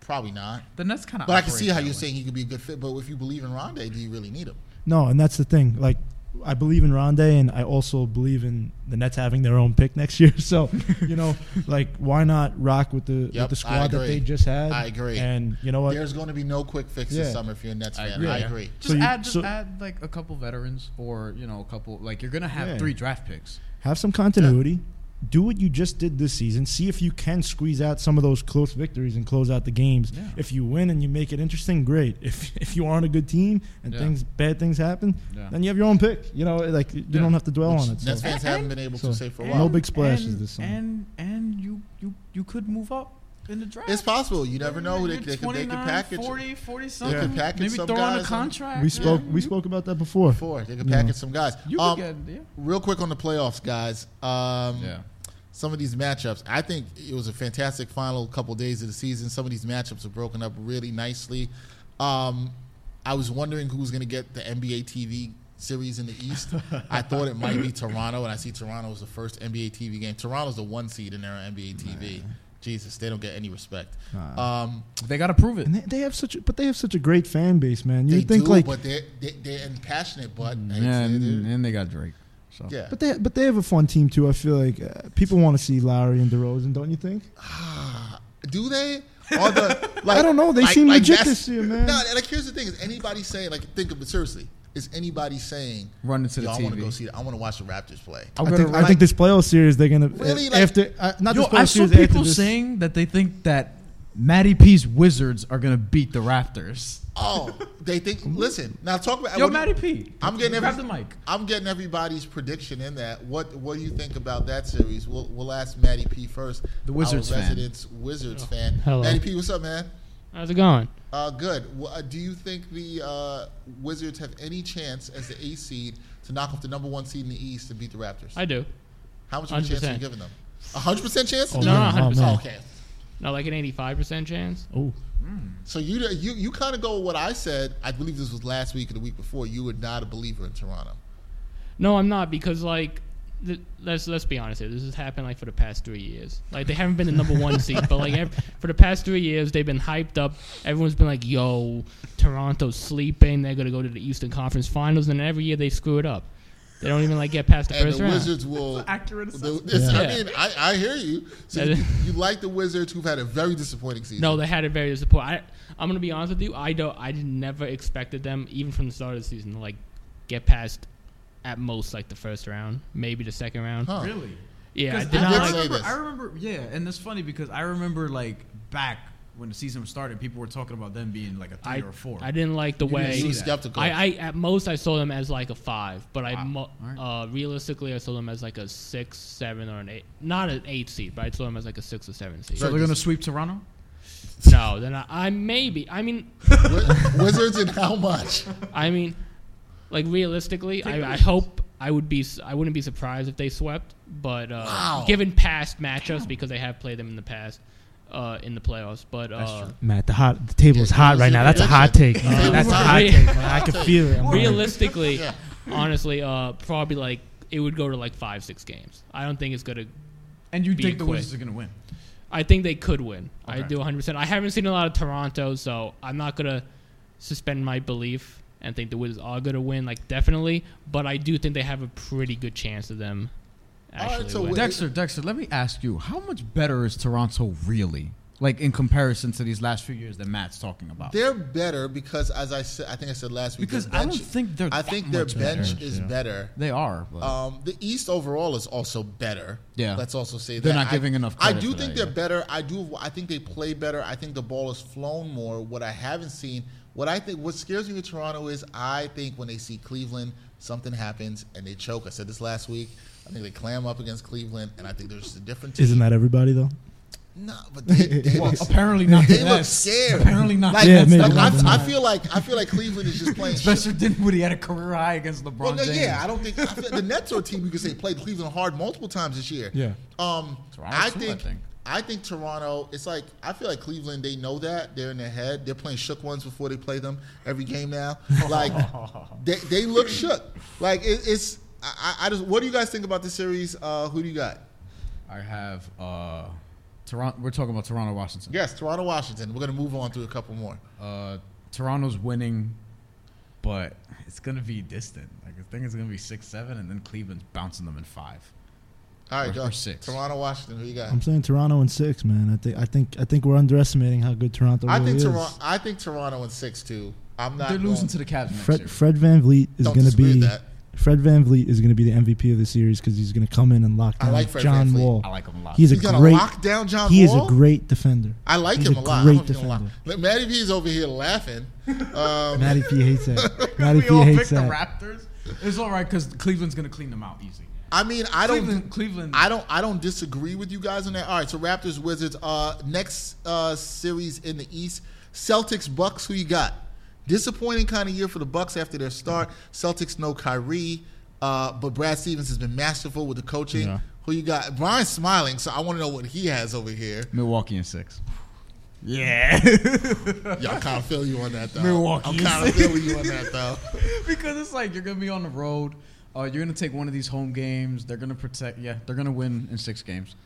probably not. The Nets kind of. But I can see how you're saying he could be a good fit. But if you believe in Rondé, do you really need him? No, and that's the thing. Like, I believe in Rondé, and I also believe in the Nets having their own pick next *laughs* year. So, you know, like, why not rock with the Yep, with I the squad that agree. they just had? I agree. And you know what? There's going to be no quick fix Yeah. this summer if you're a Nets fan. I agree. Just So you- add, just so- add like a couple veterans, or you know, a couple. Like you're gonna have Yeah. three draft picks. have some continuity. Do what you just did this season. See if you can squeeze out some of those close victories and close out the games. Yeah. If you win and you make it interesting, great. If *laughs* if you aren't a good team and Yeah. things bad things happen, Yeah. then you have your own pick. You know, like you Yeah. don't have to dwell Which on it. So. Nets fans And- haven't been able to so- say for a No while. and- big splashes and- this summer. And and you you you could move up in the draft. It's possible. You never know. They, You're they, could, they could 29, package 40, 40 They something. could package Maybe some throw guys in a and- contract. we yeah. spoke we You- spoke about that before. four. They could Yeah. package some guys. You could Um, get yeah. real quick on the playoffs, guys. Um, Yeah. Some of these matchups, I think it was a fantastic final couple days of the season. Some of these matchups are broken up really nicely. Um, I was wondering who's going to get the NBA TV series in the East. I thought it might be Toronto, and I see Toronto as the first NBA TV game. Toronto's the one seed in their NBA TV. Jesus, they don't get any respect. Um, They got to prove it. And they, they have such, a, but they have such a great fan base, man. You they would think do, like, but they're, they, they're and passionate, but Yeah, and, and they got Drake. So yeah. but they but they have a fun team too. I feel like uh, people want to see Lowry and DeRozan, don't you think? Do they? Or the, *laughs* like, I don't know. They seem legit that's- this year, man. No, and, like here's the thing: is anybody saying like think of it seriously? Is anybody saying Run into the Yo, I want to TV. go see. that. I want to watch the Raptors play. I'm I gonna think, I write- think this playoff series they're gonna Really, uh, like- after uh, not Yo, this playoff I saw series after people this, saying that they think that Matty P's Wizards are gonna beat the Raptors. Oh, they think. *laughs* listen, now talk about. Yo, what- Matty P, I'm getting grab every- the mic. I'm getting everybody's prediction in that. What What do you think about that series? We'll We'll ask Matty P first. The Wizards our fan. residents Oh, Wizards fan. Hello. Matty P, what's up, man? How's it going? Uh, good. Wh- uh, do you think the uh, Wizards have any chance as the A seed to knock off the number one seed in the East and beat the Raptors? I do. How much of a chance are you 100%. giving them? A hundred percent chance to Oh, do No, it? no, man, oh, 100%. Oh, man. okay. No, like an 85% chance. Oh, So you you you kind of go with what I said. I believe this was last week or the week before. You were not a believer in Toronto. No, I'm not because like. th- Let's let's be honest here. This has happened like for the past three years. Like they haven't been the number one seed, but like ev- for the past three years they've been hyped up. Everyone's been like, "Yo, Toronto's sleeping. They're gonna go to the Eastern Conference Finals." And every year they screw it up. They don't even like get past the and first the round. Wizards will. Accurate The, assessment. it's- I Yeah. mean, I, I hear you. So Yeah. you, you like the Wizards, who've had a very disappointing season. No, they had it very disappointing. I, I'm gonna be honest with you. I don't. I never expected them, even from the start of the season, to like get past at most like the first round, maybe the second round. Huh. Really? Yeah, I Because did I, did not. say Like, remember, this. I remember, yeah, and it's funny because I remember like back when the season started, people were talking about them being like a three I, or a four. I didn't like the You didn't You way. were see that. skeptical. I, I at most I saw them as like a five, but I Wow. mo- Alright. uh, realistically I saw them as like a six, seven, or an eight. Not an eight seed, but I saw them as like a six or seven seed. so they're gonna sweep Toronto. no, then I, I maybe. I mean, Wi- Wizards and how much? I mean, like realistically, I, I hope I would be. s- I wouldn't be surprised if they swept, but uh, Wow. given past matchups because they have played them in the past uh, in the playoffs. But uh, Matt, the hot the table's Yeah, hot you right see now. that? That's a hot take. man. Yeah. That's a Yeah. hot Yeah. take. man. *laughs* I can feel it. I'm like- realistically, Yeah. honestly, uh, probably like it would go to like five, six games. I don't think it's gonna. And you Be think the quick. Wizards are gonna win? I think they could win. I Okay. do 100. percent I haven't seen a lot of Toronto, so I'm not gonna suspend my belief and think the Wizards are gonna win. Like definitely, but I do think they have a pretty good chance of them. Alright, Actually, so winning. Wait. Dexter, Dexter, let me ask you, how much better is Toronto really? Like in comparison to these last few years that Matt's talking about? They're better because, as I said, I think I said last week. Because their I bench, don't think they're. I that think their much bench better. is Yeah. better. They are. But Um, the East overall is also better. Yeah. let's also say They're that. not I- giving enough I credit do for think that, they're yeah. better. I do. I think they play better. I think the ball is flown more. What I haven't seen. What I think. What scares me with Toronto is I think when they see Cleveland, something happens and they choke. I said this last week. I think they clam up against Cleveland, and I think there's a different team. Isn't that everybody though? No, but they, *laughs* they well, look apparently not. They the look Nets. scared. Apparently not. Like, the Yeah, Nets. maybe like, not. I, I feel like I feel like Cleveland is just playing. shit. Spencer Dinwiddie had a career high against LeBron Well, no, James. yeah, I don't think I feel, the Nets are a team you could say played Cleveland hard multiple times this year. Yeah. Um, Toronto I too, I think, I think think. Toronto. It's like I feel like Cleveland. They know that they're in their head. They're playing shook ones before they play them every game *laughs* now. Like they, they look shook. Like it, it's I, I I just. What do you guys think about the series? Uh, who do you got? I have uh, Toronto. We're talking about Toronto, Washington. Yes, Toronto, Washington. We're gonna move on to a couple more. Uh, Toronto's winning, but it's gonna be distant. Like I think it's gonna be six, seven, and then Cleveland's bouncing them in five. All right, Or- go. or six. Toronto, Washington. Who you got? I'm saying Toronto in six, man. I think I think I think we're underestimating how good Toronto I really think is. Toronto. I think Toronto in six two. I'm not. They're going- losing to the Cavs next year. Fred Fred Van Vliet is Don't going to disagree with be that. Fred Van Vliet is going to be the MVP of the series because he's going to come in and lock I down like Fred John VanVleet. Wall. I like them a lot. He's, He's a gonna great lock down John he Wall? is a great *laughs* defender. I like He's him a a lot. great I don't defender. Him defender. a lot. Matty P E is over here laughing. *laughs* Um, Matty P hates *laughs* that. Matty we P all hates picked the that. Raptors. It's all right because Cleveland's gonna clean them out easy. I mean, I don't, Cleveland. Cleveland I don't, I don't disagree with you guys on that. All right, so Raptors, Wizards. Uh, next uh, series in the East, Celtics, Bucks. Who you got? Disappointing kind of year for the Bucks after their start. Celtics no Kyrie, uh, but Brad Stevens has been masterful with the coaching. Yeah. Who you got? Brian's smiling, so I want to know what he has over here. Milwaukee in six. Yeah, Y'all kind of feel you on that though. Milwaukee. I'm kind of feeling you on that *laughs* though. because it's like you're gonna be on the road. Uh, you're gonna take one of these home games. They're gonna protect. Yeah, they're gonna win in six games.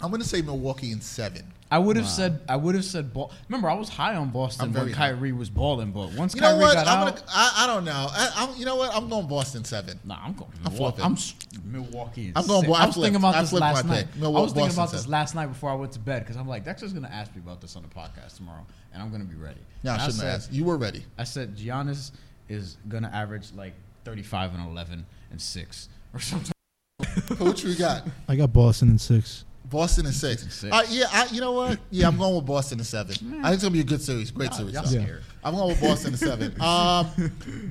I'm gonna say Milwaukee in seven. I would have said. I would have said. Ball. Remember, I was high on Boston I'm when very high. Kyrie was balling, but once You know Kyrie what? I'm got out, gonna, I, I don't know. I, I'm, you know what? I'm going Boston seven. nah, I'm going. I'm Milwaukee. flipping. I'm, s Milwaukee. is I'm going sick. Bo- I I was flipped. thinking about I this flipped last my night. pick. I Milwaukee- was thinking about Boston this seven. last night before I went to bed because I'm like, Dexter's gonna ask me about this on the podcast tomorrow, and I'm gonna be ready. No, I And I shouldn't said- have asked. You were *laughs* ready. I said Giannis is gonna average like 35 and 11 and six or something. *laughs* Coach, we got I got Boston in six. Boston in six. In six. All right, yeah, I, you know what? Yeah, I'm going with Boston in seven. *laughs* I think it's gonna be a good series. Great series. Y'all though. scared. I'm going with Boston in *laughs* seven. Um,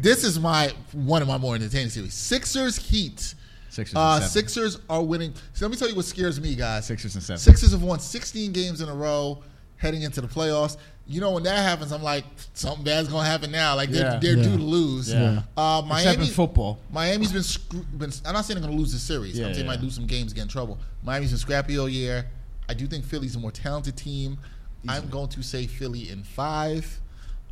this is my one of my more entertaining series. Sixers Heat. Sixers in Uh, seven. Sixers are winning. So let me tell you what scares me, guys. Sixers and seven. Sixers have won 16 games in a row heading into the playoffs. You know, when that happens, I'm like, something bad's going to happen now. Like, they're, Yeah. they're Yeah. due to lose. Yeah. Uh, Except in Miami, football. Miami's been, screw- been. I'm not saying they're going to lose the series. Yeah, I'm saying they yeah. might lose some games, get in trouble. Miami's been scrappy all year. I do think Philly's a more talented team. I'm going to say Philly in five.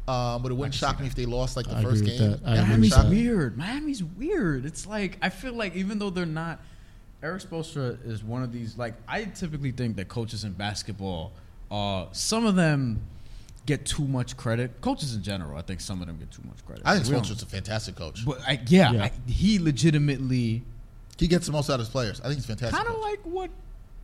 Um, but it wouldn't shock me if they lost like the I agree first with game. that. I It wouldn't agree with Miami's shock- that. weird. Miami's weird. It's like I feel like even though they're not, Eric Spoelstra is one of these. Like I typically think that coaches in basketball, uh, some of them get too much credit. Coaches in general, I think some of them get too much credit. I think We don't- Spoelstra's a fantastic coach. But I, yeah, Yeah. I, he legitimately He gets the most out of his players. I think he's a fantastic. kind of coach. like what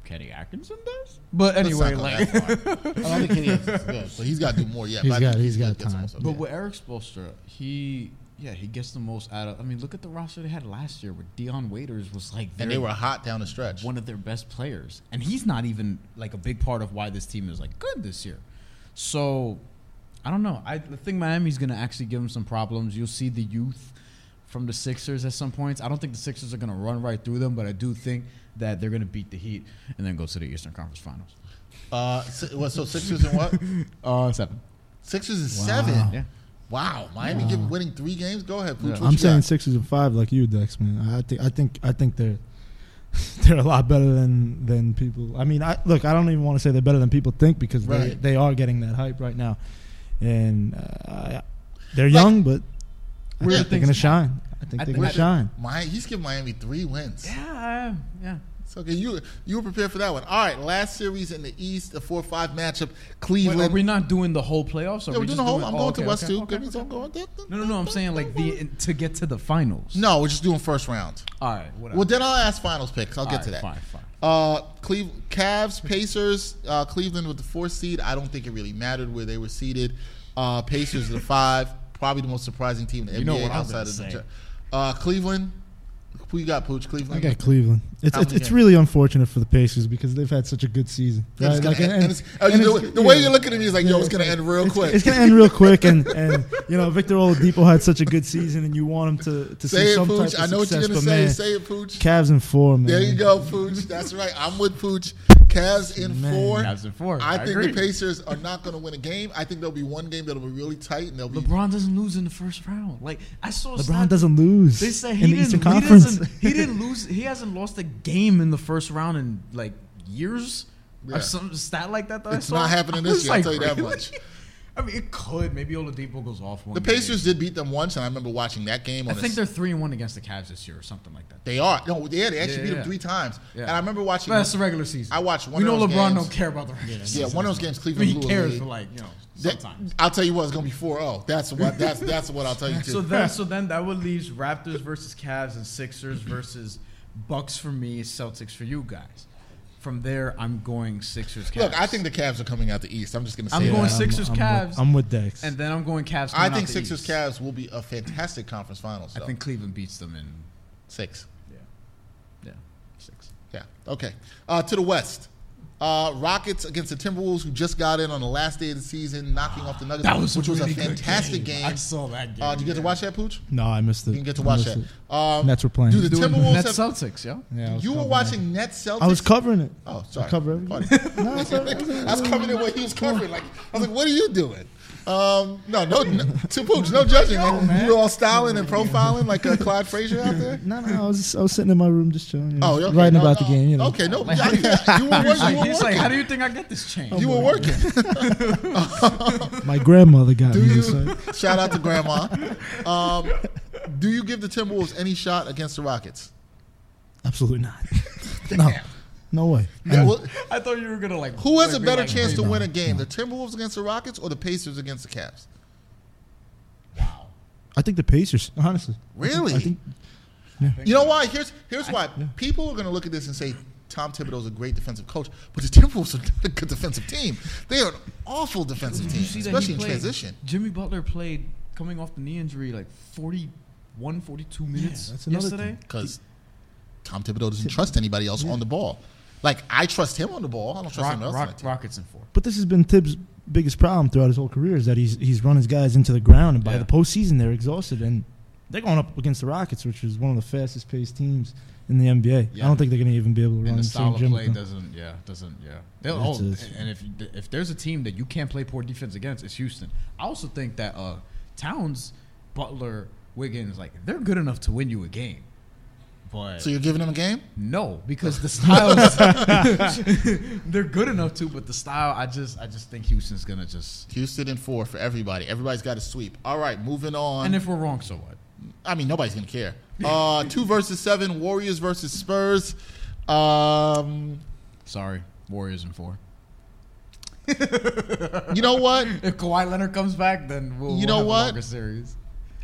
Kenny Atkinson does. But Let's anyway, not go like, that *laughs* far. I don't think Kenny Atkinson's good, but he's got to do more yet. He's but I think got- he's he got gets the time. most out of but it. with Eric Spoelstra, he. Yeah, he gets the most out of. I mean, look at the roster they had last year, where Dion Waiters was like, and they their- were hot down the stretch. one of their best players, and he's not even like a big part of why this team is like good this year. So I don't know. I think Miami's going to actually give them some problems. You'll see the youth from the Sixers at some points. I don't think the Sixers are going to run right through them, but I do think that they're going to beat the Heat and then go to the Eastern Conference Finals. Uh, si- what, so Sixers and *laughs* what? Uh, seven. Sixers and seven. Yeah. Wow, Miami give, winning three games. Go ahead, Pooch. Yeah. What I'm you saying got? Sixers and five like you, Dex, man. I think I think I think they're *laughs* they're a lot better than than people. I mean, I look, I don't even want to say they're better than people think because Right. they they are getting that hype right now, and uh, I- they're young, but Weird they're gonna shine. I think they're I think gonna that- shine. My, he's giving Miami three wins. Yeah, I- yeah. So okay, you you were prepared for that one. All right, last series in the East, the four five matchup, Wait, Cleveland. are we not doing the whole playoffs? Or Yeah, are we're doing we just the whole. I'm oh, going okay, to West okay, too. okay, Give me okay. some- going- No, no, no. I'm saying like the to get to the finals. No, we're just doing first round. All right. Whatever. Well, then I'll ask finals picks. I'll All get right, to that. Fine, fine. Uh, Cleve, Cavs, Pacers, uh, Cleveland with the four seed. I don't think it really mattered where they were seated. Uh, Pacers the five, probably the most surprising team in the You NBA know what I was outside gonna of say. the. Uh, Cleveland, who you got? Pooch, I Cleveland. got Cleveland. It's How it's, many it's games? really unfortunate for the Pacers because they've had such a good season. And it's Right? gonna Like, end- and- and it's- uh, and the it's- the way yeah. you're looking at me is like, yo, Yeah, it's gonna end real quick. It's gonna end real quick, and, and you know Victor Oladipo had such a good season, and you want him to to see Say it, some type Pooch. of I know what you're success, gonna but say. man, Say it, Pooch. Cavs in four, man. There you go, Pooch. That's right. I'm with Pooch. Cavs in Man. four. Cavs in four. I, I think agree. the Pacers are not going to win a game. I think there'll be one game that'll be really tight, and they'll be. LeBron doesn't lose in the first round. Like I saw. a LeBron stat- doesn't lose. They say in he the didn't. Eastern he Conference. doesn't- *laughs* He didn't, lose. He hasn't lost a game in the first round in like years Yeah. or some stat like that. that I It's saw. not happening *laughs* I this was year, I'll tell you that really? much. *laughs* I mean, it could. Maybe Oladipo goes off one. The game. Pacers did beat them once, and I remember watching that game. I On a think they're three and one against the Cavs this year or something like that. They are. No, yeah, they actually Yeah, beat them yeah. three times. Yeah. And I remember watching. But that's the regular season. I watched one We of know those LeBron games. don't care about the regular season. yeah, one of those games I mean, Cleveland he blew a cares lead. for like you know That- sometimes. I'll tell you what, it's gonna be 4-0. That's what. That's that's what I'll tell you. Too. *laughs* So then, *laughs* so then that would leaves Raptors versus Cavs and Sixers versus Bucks for me, Celtics for you guys. From there, I'm going Sixers. Cavs. Look, I think the Cavs are coming out the East. I'm just gonna say I'm that. going Sixers, I'm, Cavs. With, I'm with Dex. and then I'm going Cavs. I coming out think the Sixers East. Cavs will be a fantastic conference finals. I though. think Cleveland beats them in six. yeah six. Yeah. Okay. Uh, to the West. Uh, Rockets against the Timberwolves, who just got in on the last day of the season, knocking off the Nuggets, That was which a was really a good fantastic game. game. I saw that game. Uh, did you get to watch that, Pooch? no, I missed it. You didn't get to I watch missed that. Um, Nets were playing. Do the Doing Timberwolves Nets have, Celtics, yeah. Yeah, I was You were covering that. watching Nets Celtics. I was covering it. Oh, sorry. I cover everything. Pardon. No, it's all right. *laughs* I was covering it when he was covering. Like I was like, "What are you doing?" Um, no, no, no to Pooch, no judging. man. You were all styling and profiling like uh, Clyde Frazier out there. No, no, I was just, I was sitting in my room just chilling, you know, Oh, okay, writing no, about no, the game. You know, Okay, no, I can't. you were working. Like, You were he's like, how working. do you think I get this change? You were working. my grandmother got Do me. you so- *laughs* shout out to Grandma? Um, do you give the Timberwolves any shot against the Rockets? Absolutely *laughs* not. no, no way. Yeah, well, I thought you were gonna like. who has like, a be better like, chance wait, to no. win a game, the Timberwolves against the Rockets or the Pacers against the Cavs? I think the Pacers, honestly. Really? I think You know why? Here's here's why. People are going to look at this and say Tom Thibodeau's a great defensive coach, but the *laughs* Timberwolves are not a good defensive team. They are an awful defensive Did team, you see that he especially in played- transition. Jimmy Butler played coming off the knee injury like 41, 42 minutes that's another yesterday. Because Tom Thibodeau doesn't trust anybody else on the ball. Like I trust him on the ball. I don't trust Rock, anyone else on Rock- that team. Rockets in four. But this has been Tibbs' biggest problem throughout his whole career is that he's he's run his guys into the ground, and by Yeah. the postseason they're exhausted, and they're going up against the Rockets, which is one of the fastest paced teams in the NBA. Yeah. I don't think they're going to even be able to run And the same style of gym. play with them. doesn't, yeah, doesn't, yeah. They'll, Yeah, oh, it's- it's- and if if there's a team that you can't play poor defense against, it's Houston. I also think that uh, Towns, Butler, Wiggins, like they're good enough to win you a game, But So you're giving him a game? no, because the styles *laughs* they're good enough too, but the style I just I just think Houston's gonna just Houston in four for everybody. Everybody's got to sweep. All right, moving on. and if we're wrong, so what? I mean, nobody's gonna *laughs* care. Uh, two versus seven. Warriors versus Spurs. Um, Sorry, Warriors in four. you know *laughs* what? If Kawhi Leonard comes back, then we'll You we'll know have a what? longer series.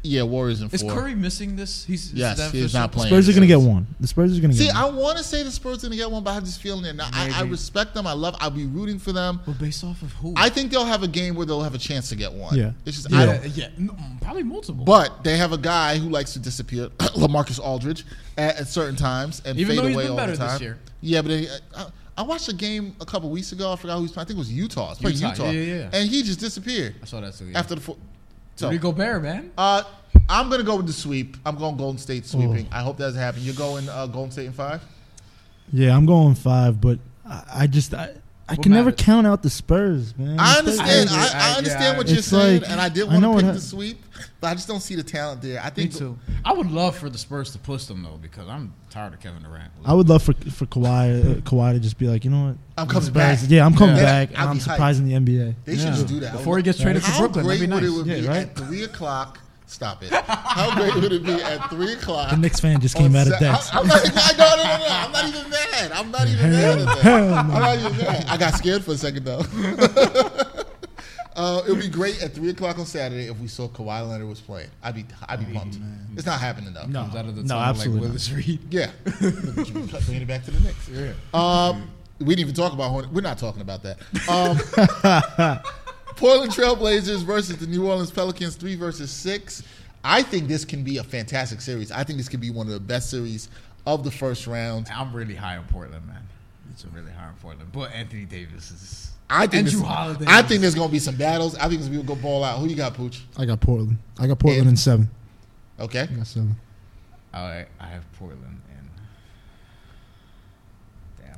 Yeah, Warriors in Is four. Curry missing this? He's is yes, that he's official? not playing. Spurs are going to get one. The Spurs are going to See, get I one. want to say the Spurs are gonna get one, but I have this feeling that now I, I Maybe. respect them. I love. I'll be rooting for them. But based off of who? I think they'll have a game where they'll have a chance to get one. Yeah. it's just I yeah, don't. yeah, no, probably multiple. But they have a guy who likes to disappear, *clears throat* Lamarcus Aldridge, at, at certain times and Even fade though he's away been all better the this time. year. Yeah, but they, I, I watched a game a couple weeks ago. I forgot who was playing. I think it was Utah. It's playing Utah, Utah. yeah, yeah, yeah. And he just disappeared I saw that too. Yeah. after the four. So, Rudy Gobert, man. uh, I'm gonna go with the sweep. I'm going Golden State sweeping. Oh. I hope that doesn't happen. You're going uh, Golden State in five. Yeah, I'm going five, but I, I just I, I What can never matters? count out the Spurs, man. I The Spurs- understand. agree. I, I- I, yeah, understand I- what you're It's saying, like, and I did I want to know what pick hap- the sweep, but I just don't see the talent there. I Me think too. I would love for the Spurs to push them though, because I'm tired of Kevin Durant. I would love for for Kawhi uh, Kawhi to just be like, you know what? I'm The coming Spurs- back. Yeah, I'm coming Yeah. back, and I'll I'm be hyped. surprising the NBA. they should just do that before he gets traded to How Brooklyn. great That'd be nice. would it would Yeah, be right? at three o'clock? Stop it. How great would it be at three o'clock? The Knicks fan just on came out of Sa- debt. I, am not, even- no, no, no, no, I'm not even mad. I'm not even mad at that. I'm not even mad. I got scared for a second though. *laughs* uh, it would be great at three o'clock on Saturday if we saw Kawhi Leonard was playing. I'd be, I'd be pumped. It's not happening though. Comes out of the No, tunnel absolutely Like not. Willis Reed. Yeah. Look at you, Bringing it back to the Knicks. Um, we didn't even talk about Hornets. We're not talking about that. Um, *laughs* Portland Trailblazers versus the New Orleans Pelicans, three versus six. I think this can be a fantastic series. I think this could be one of the best series of the first round. I'm really high on Portland, man. It's really high on Portland. But Anthony Davis is. I think Andrew this- Holiday I is- think there's gonna be some battles. I think it's gonna go ball out. Who you got, Pooch? *laughs* I got Portland. I got Portland in seven. Okay. I got seven. I I have Portland and. Damn.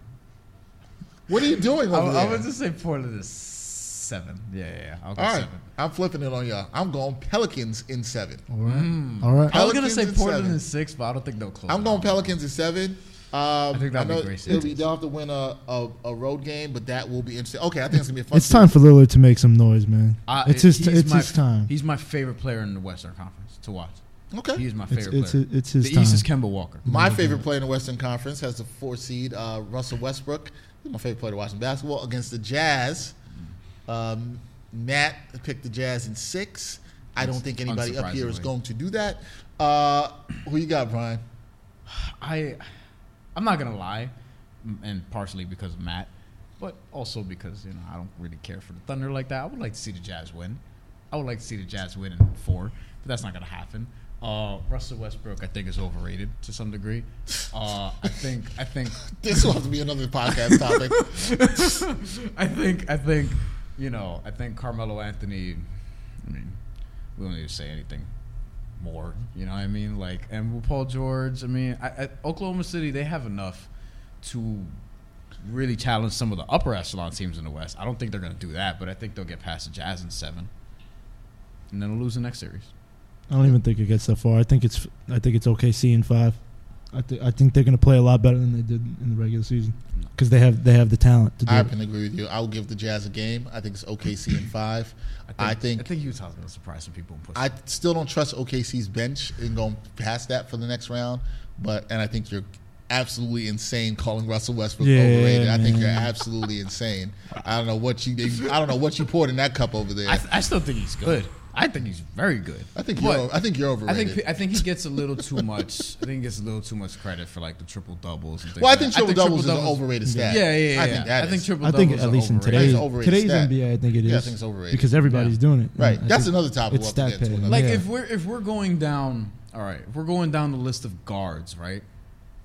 What are you doing I, over I there? would just say Portland is seven. Yeah, yeah. yeah. I'll go All right, seven. I'm flipping it on y'all. I'm going Pelicans in seven. All right. Mm. All right. I was gonna Pelicans say in Portland seven. is six, but I don't think they'll close. I'm it going out. Pelicans at seven. Um, I think that'd know be great They'll, series. be, they'll have to win a, a, a road game, but that will be interesting. Okay, I think it's gonna be a fun. It's time for Lillard to make some noise, man. I- it's his. he's It's my- his time. He's my favorite player in the Western Conference to watch. series. Okay. He is my It's favorite it's player. it's his the time. East is Kemba Walker. My favorite player in the Western Conference has the four seed uh, Russell Westbrook. He's my favorite player to watch in basketball against the Jazz. Um, Matt picked the Jazz in six. I don't think anybody up here is Unsurprisingly. going to do that. Uh, who you got, Brian? *laughs* I, I'm not gonna lie, m- and partially because of Matt, but also because you know I don't really care for the Thunder like that. I would like to see the Jazz win. I would like to see the Jazz win in four, but that's not gonna happen. Uh, Russell Westbrook, I think, is overrated to some degree. Uh, I think, I think, This will have to be another podcast topic. I think, I think, you know, I think Carmelo Anthony. I mean, we don't need to say anything more. You know what I mean? Like, and with Paul George, I mean, I, I, Oklahoma City, they have enough to really challenge some of the upper echelon teams in the West. I don't think they're going to do that, but I think they'll get past the Jazz in seven, and then they'll lose the next series. I don't even think it gets that far. I think it's I think it's OKC in five. I think I think they're going to play a lot better than they did in the regular season because they have they have the talent to do I it. can agree with you. I'll give the Jazz a game. I think it's OKC in five. I think I think Utah's going to surprise some people and push. I still don't trust OKC's bench in going past that for the next round. But and I think you're absolutely insane calling Russell Westbrook Yeah, overrated. I think man. you're absolutely insane. I don't know what you I don't know what you poured in that cup over there. I, I, th- I still think he's good. I think he's very good. think But- you're I think you're I overrated. think I think he gets a little too much. I think he gets a little too much credit for like the triple doubles. And things well, I like think that. triple doubles is an triple-doubles- overrated Yeah, stat. yeah, yeah. yeah. I think that is. triple I doubles. think at are least in overrated. today's That's overrated today's stat. NBA, I think it is. Yeah, I think it's overrated. because everybody's Yeah. doing it. Right. And I That's think another topic It's we'll have stat to get to pay. another Like yeah. if we're if we're going down, all right, if we're going down the list of guards, right,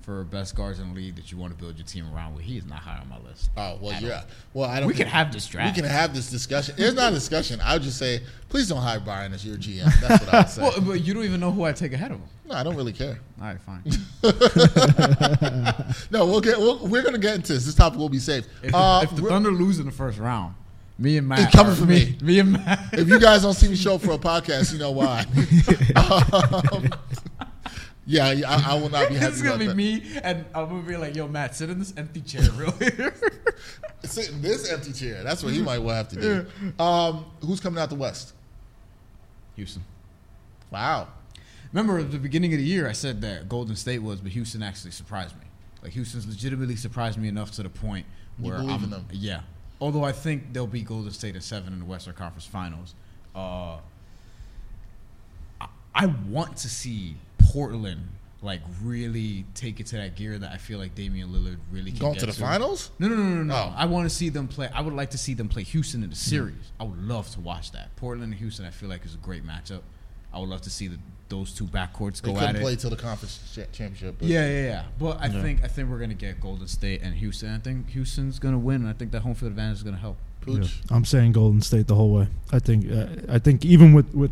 for best guards in the league that you want to build your team around with, he is not high on my list. Oh well, yeah. Well, I don't. We can think- have this draft. We can have this discussion. It's not a discussion. I would just say, please don't hire Brian as your GM. That's what I *laughs* would say. Well, but you don't even know who I take ahead of him. no, I don't really care. All right, *laughs* fine. No, we'll get. We'll, we're gonna get into this. This topic will be safe. If, Uh, the, if the we're- Thunder lose in the first round, me and Matt, It's coming are- for me. Me and Matt. *laughs* if you guys don't see me show up for a podcast, you know why. Um, Yeah, yeah, I, I will not be happy This is gonna about be that. me, and I'm gonna be like, "Yo, Matt, sit in this empty chair, *laughs* really." Sit in this empty chair. That's what he might well have to do. Um, who's coming out the West? Houston. Wow. Remember at the beginning of the year, I said that Golden State was, but Houston actually surprised me. Like Houston's legitimately surprised me enough to the point You where believe I'm, in them. Yeah. Although I think they'll beat Golden State at seven in the Western Conference Finals. Uh, I, I want to see Portland like really take it to that gear that I feel like Damian Lillard really can Going get to the finals? no, no, no, no, no. Oh. I want to see them play. I would like to see them play Houston in the series. I would love to watch that. Portland and Houston, I feel like is a great matchup. I would love to see the, those two backcourts They go couldn't at play it. till the conference cha- championship. but- Yeah, yeah, yeah. But I think I think we're gonna get Golden State and Houston. I think Houston's gonna win, and I think that home field advantage is gonna help. Pooch. I'm saying Golden State the whole way. I think uh, I think even with with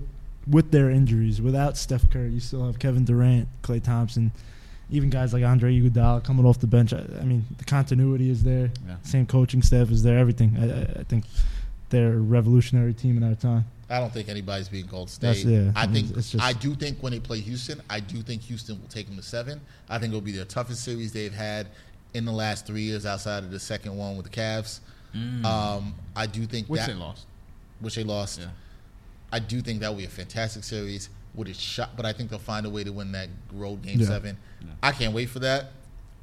with their injuries, without Steph Curry, you still have Kevin Durant, Clay Thompson, even guys like Andre Iguodala coming off the bench. I, I mean, the continuity is there. Yeah. Same coaching staff is there. Everything. I, I, I think they're a revolutionary team in our time. I don't think anybody's being Golden That's- State. yeah, I I mean, think it's just- I do think when they play Houston, I do think Houston will take them to seven. I think it'll be their toughest series they've had in the last three years, outside of the second one with the Cavs. Um, I do think Which that they lost. which they lost. Yeah. I do think that will be a fantastic series. Would it shot? But I think they'll find a way to win that road game Yeah. seven. I can't wait for that.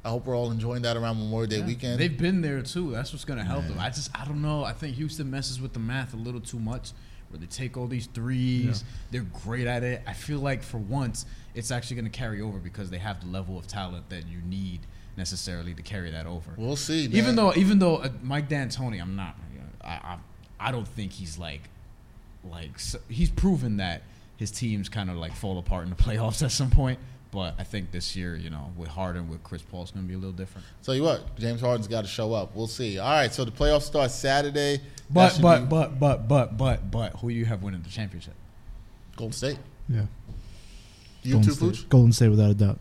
I hope we're all enjoying that around Memorial Day weekend. They've been there too. That's what's gonna help them. I just I don't know. I think Houston messes with the math a little too much. Where they take all these threes, they're great at it. I feel like for once, it's actually gonna carry over because they have the level of talent that you need necessarily to carry that over. we'll see. man. even though even though uh, Mike D'Antoni, I'm not. I, I I don't think he's like like s he's proven that his teams kind of like fall apart in the *laughs* playoffs at some point. But I think this year, you know, with Harden, with Chris Paul, it's gonna be a little different. Tell you what, James Harden's got to show up. We'll see. All right, so the playoffs start Saturday. That But should but, be but but but but but who you have winning the championship? Golden State, Yeah. you Golden too, Pooch, State. Golden State without a doubt.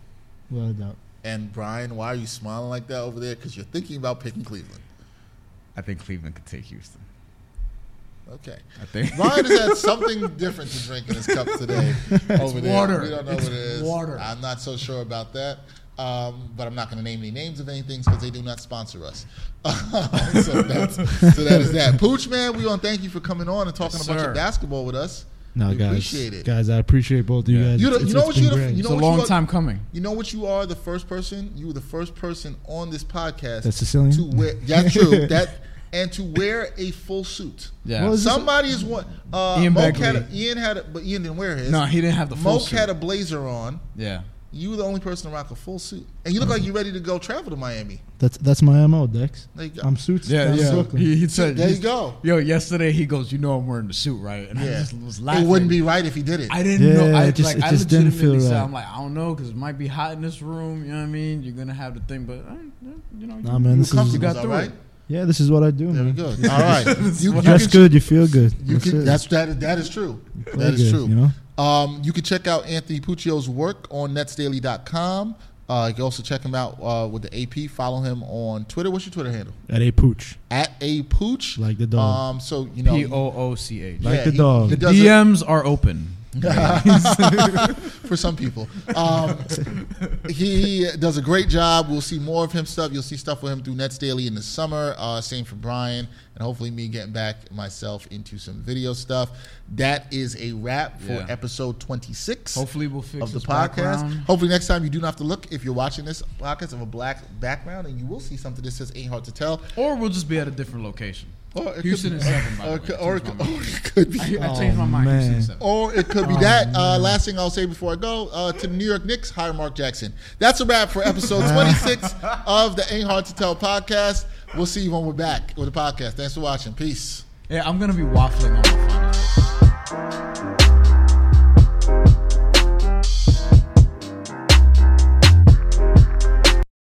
Without a doubt. and Brian. Why are you smiling like that over there? Because you're thinking about picking Cleveland. I think Cleveland could take Houston. Okay, I think Brian has had something different to drink in his cup today. over there, water. we don't know It's what it is. water. I'm not so sure about that. Um, but I'm not going to name any names of anything because they do not sponsor us. *laughs* so, that's, so that is that. Pooch, man, we want to thank you for coming on and talking Yes, a bunch sir. of basketball with us. No, we guys. appreciate it. Guys, I appreciate both of you Yeah. guys. You know- It's- you know it's what been you the- great. you know *laughs* it's a what long are- time coming. You know what you are? The first person. You were the first person on this podcast. That's Sicilian? To wear that's true. that and to wear a full suit. Yeah. What was this- Somebody is one. Uh, Ian Mo Begley. had a, Ian had, a, but Ian didn't wear his. No, he didn't have the full Mo suit. had a blazer on. yeah. You were the only person to rock a full suit, and you look like you're ready to go travel to Miami. That's that's my mo, Dex. There you go. I'm suits. Yeah, down in yeah. Brooklyn. He, he said, there you he's- go. Yo, yesterday he goes, you know, I'm wearing the suit, right? And I Yeah, just was laughing. it wouldn't be right if he did it. I didn't know. Yeah, I it just- like. it I just didn't legitimately feel said, right. I'm like, I don't know, because it might be hot in this room. You know what I mean? You're gonna have the thing, but uh, you know, Nah, you, man, you this is- Comfortable, comfortable, got all through right? it. Yeah, this is what I do, There we man. *laughs* go. All right, you, you Dress can- good, you feel good. You That's can, it. that's that. That is true. Play That is good, true. You know? Um, you can check out Anthony Puccio's work on netsdaily.com. Uh, you can also check him out uh, with the AP. Follow him on Twitter. What's your Twitter handle? At a pooch, At a pooch. like the dog. Um, so you know, P O O C H. Like the dog. He The does it DMs are open. *laughs* for some people. *laughs* Um, he does a great job. We'll see more of him stuff. You'll see stuff with him through Nets Daily in the summer. Uh, same for Brian, and hopefully me getting back myself into some video stuff. That is a wrap for Yeah. episode twenty six. Hopefully, we'll fix of the podcast. this background. Hopefully, next time you do not have to look if you're watching this podcast of a black background, and you will see something that says "Ain't Hard to Tell." or we'll just be at a different location. Or it Houston could is be, seven. By or, it the could- way. or, it Changed could, or my mind. it could be. I, I Oh, changed my mind. Houston man. is seven. Or it could be Oh, that. Uh, man. last thing I'll say before I go uh, to the New York Knicks, hire Mark Jackson. That's a wrap for episode *laughs* 26 of the Ain't Hard to Tell podcast. We'll see you when we're back with the podcast. Thanks for watching. Peace. Yeah, I'm gonna be waffling on. My phone.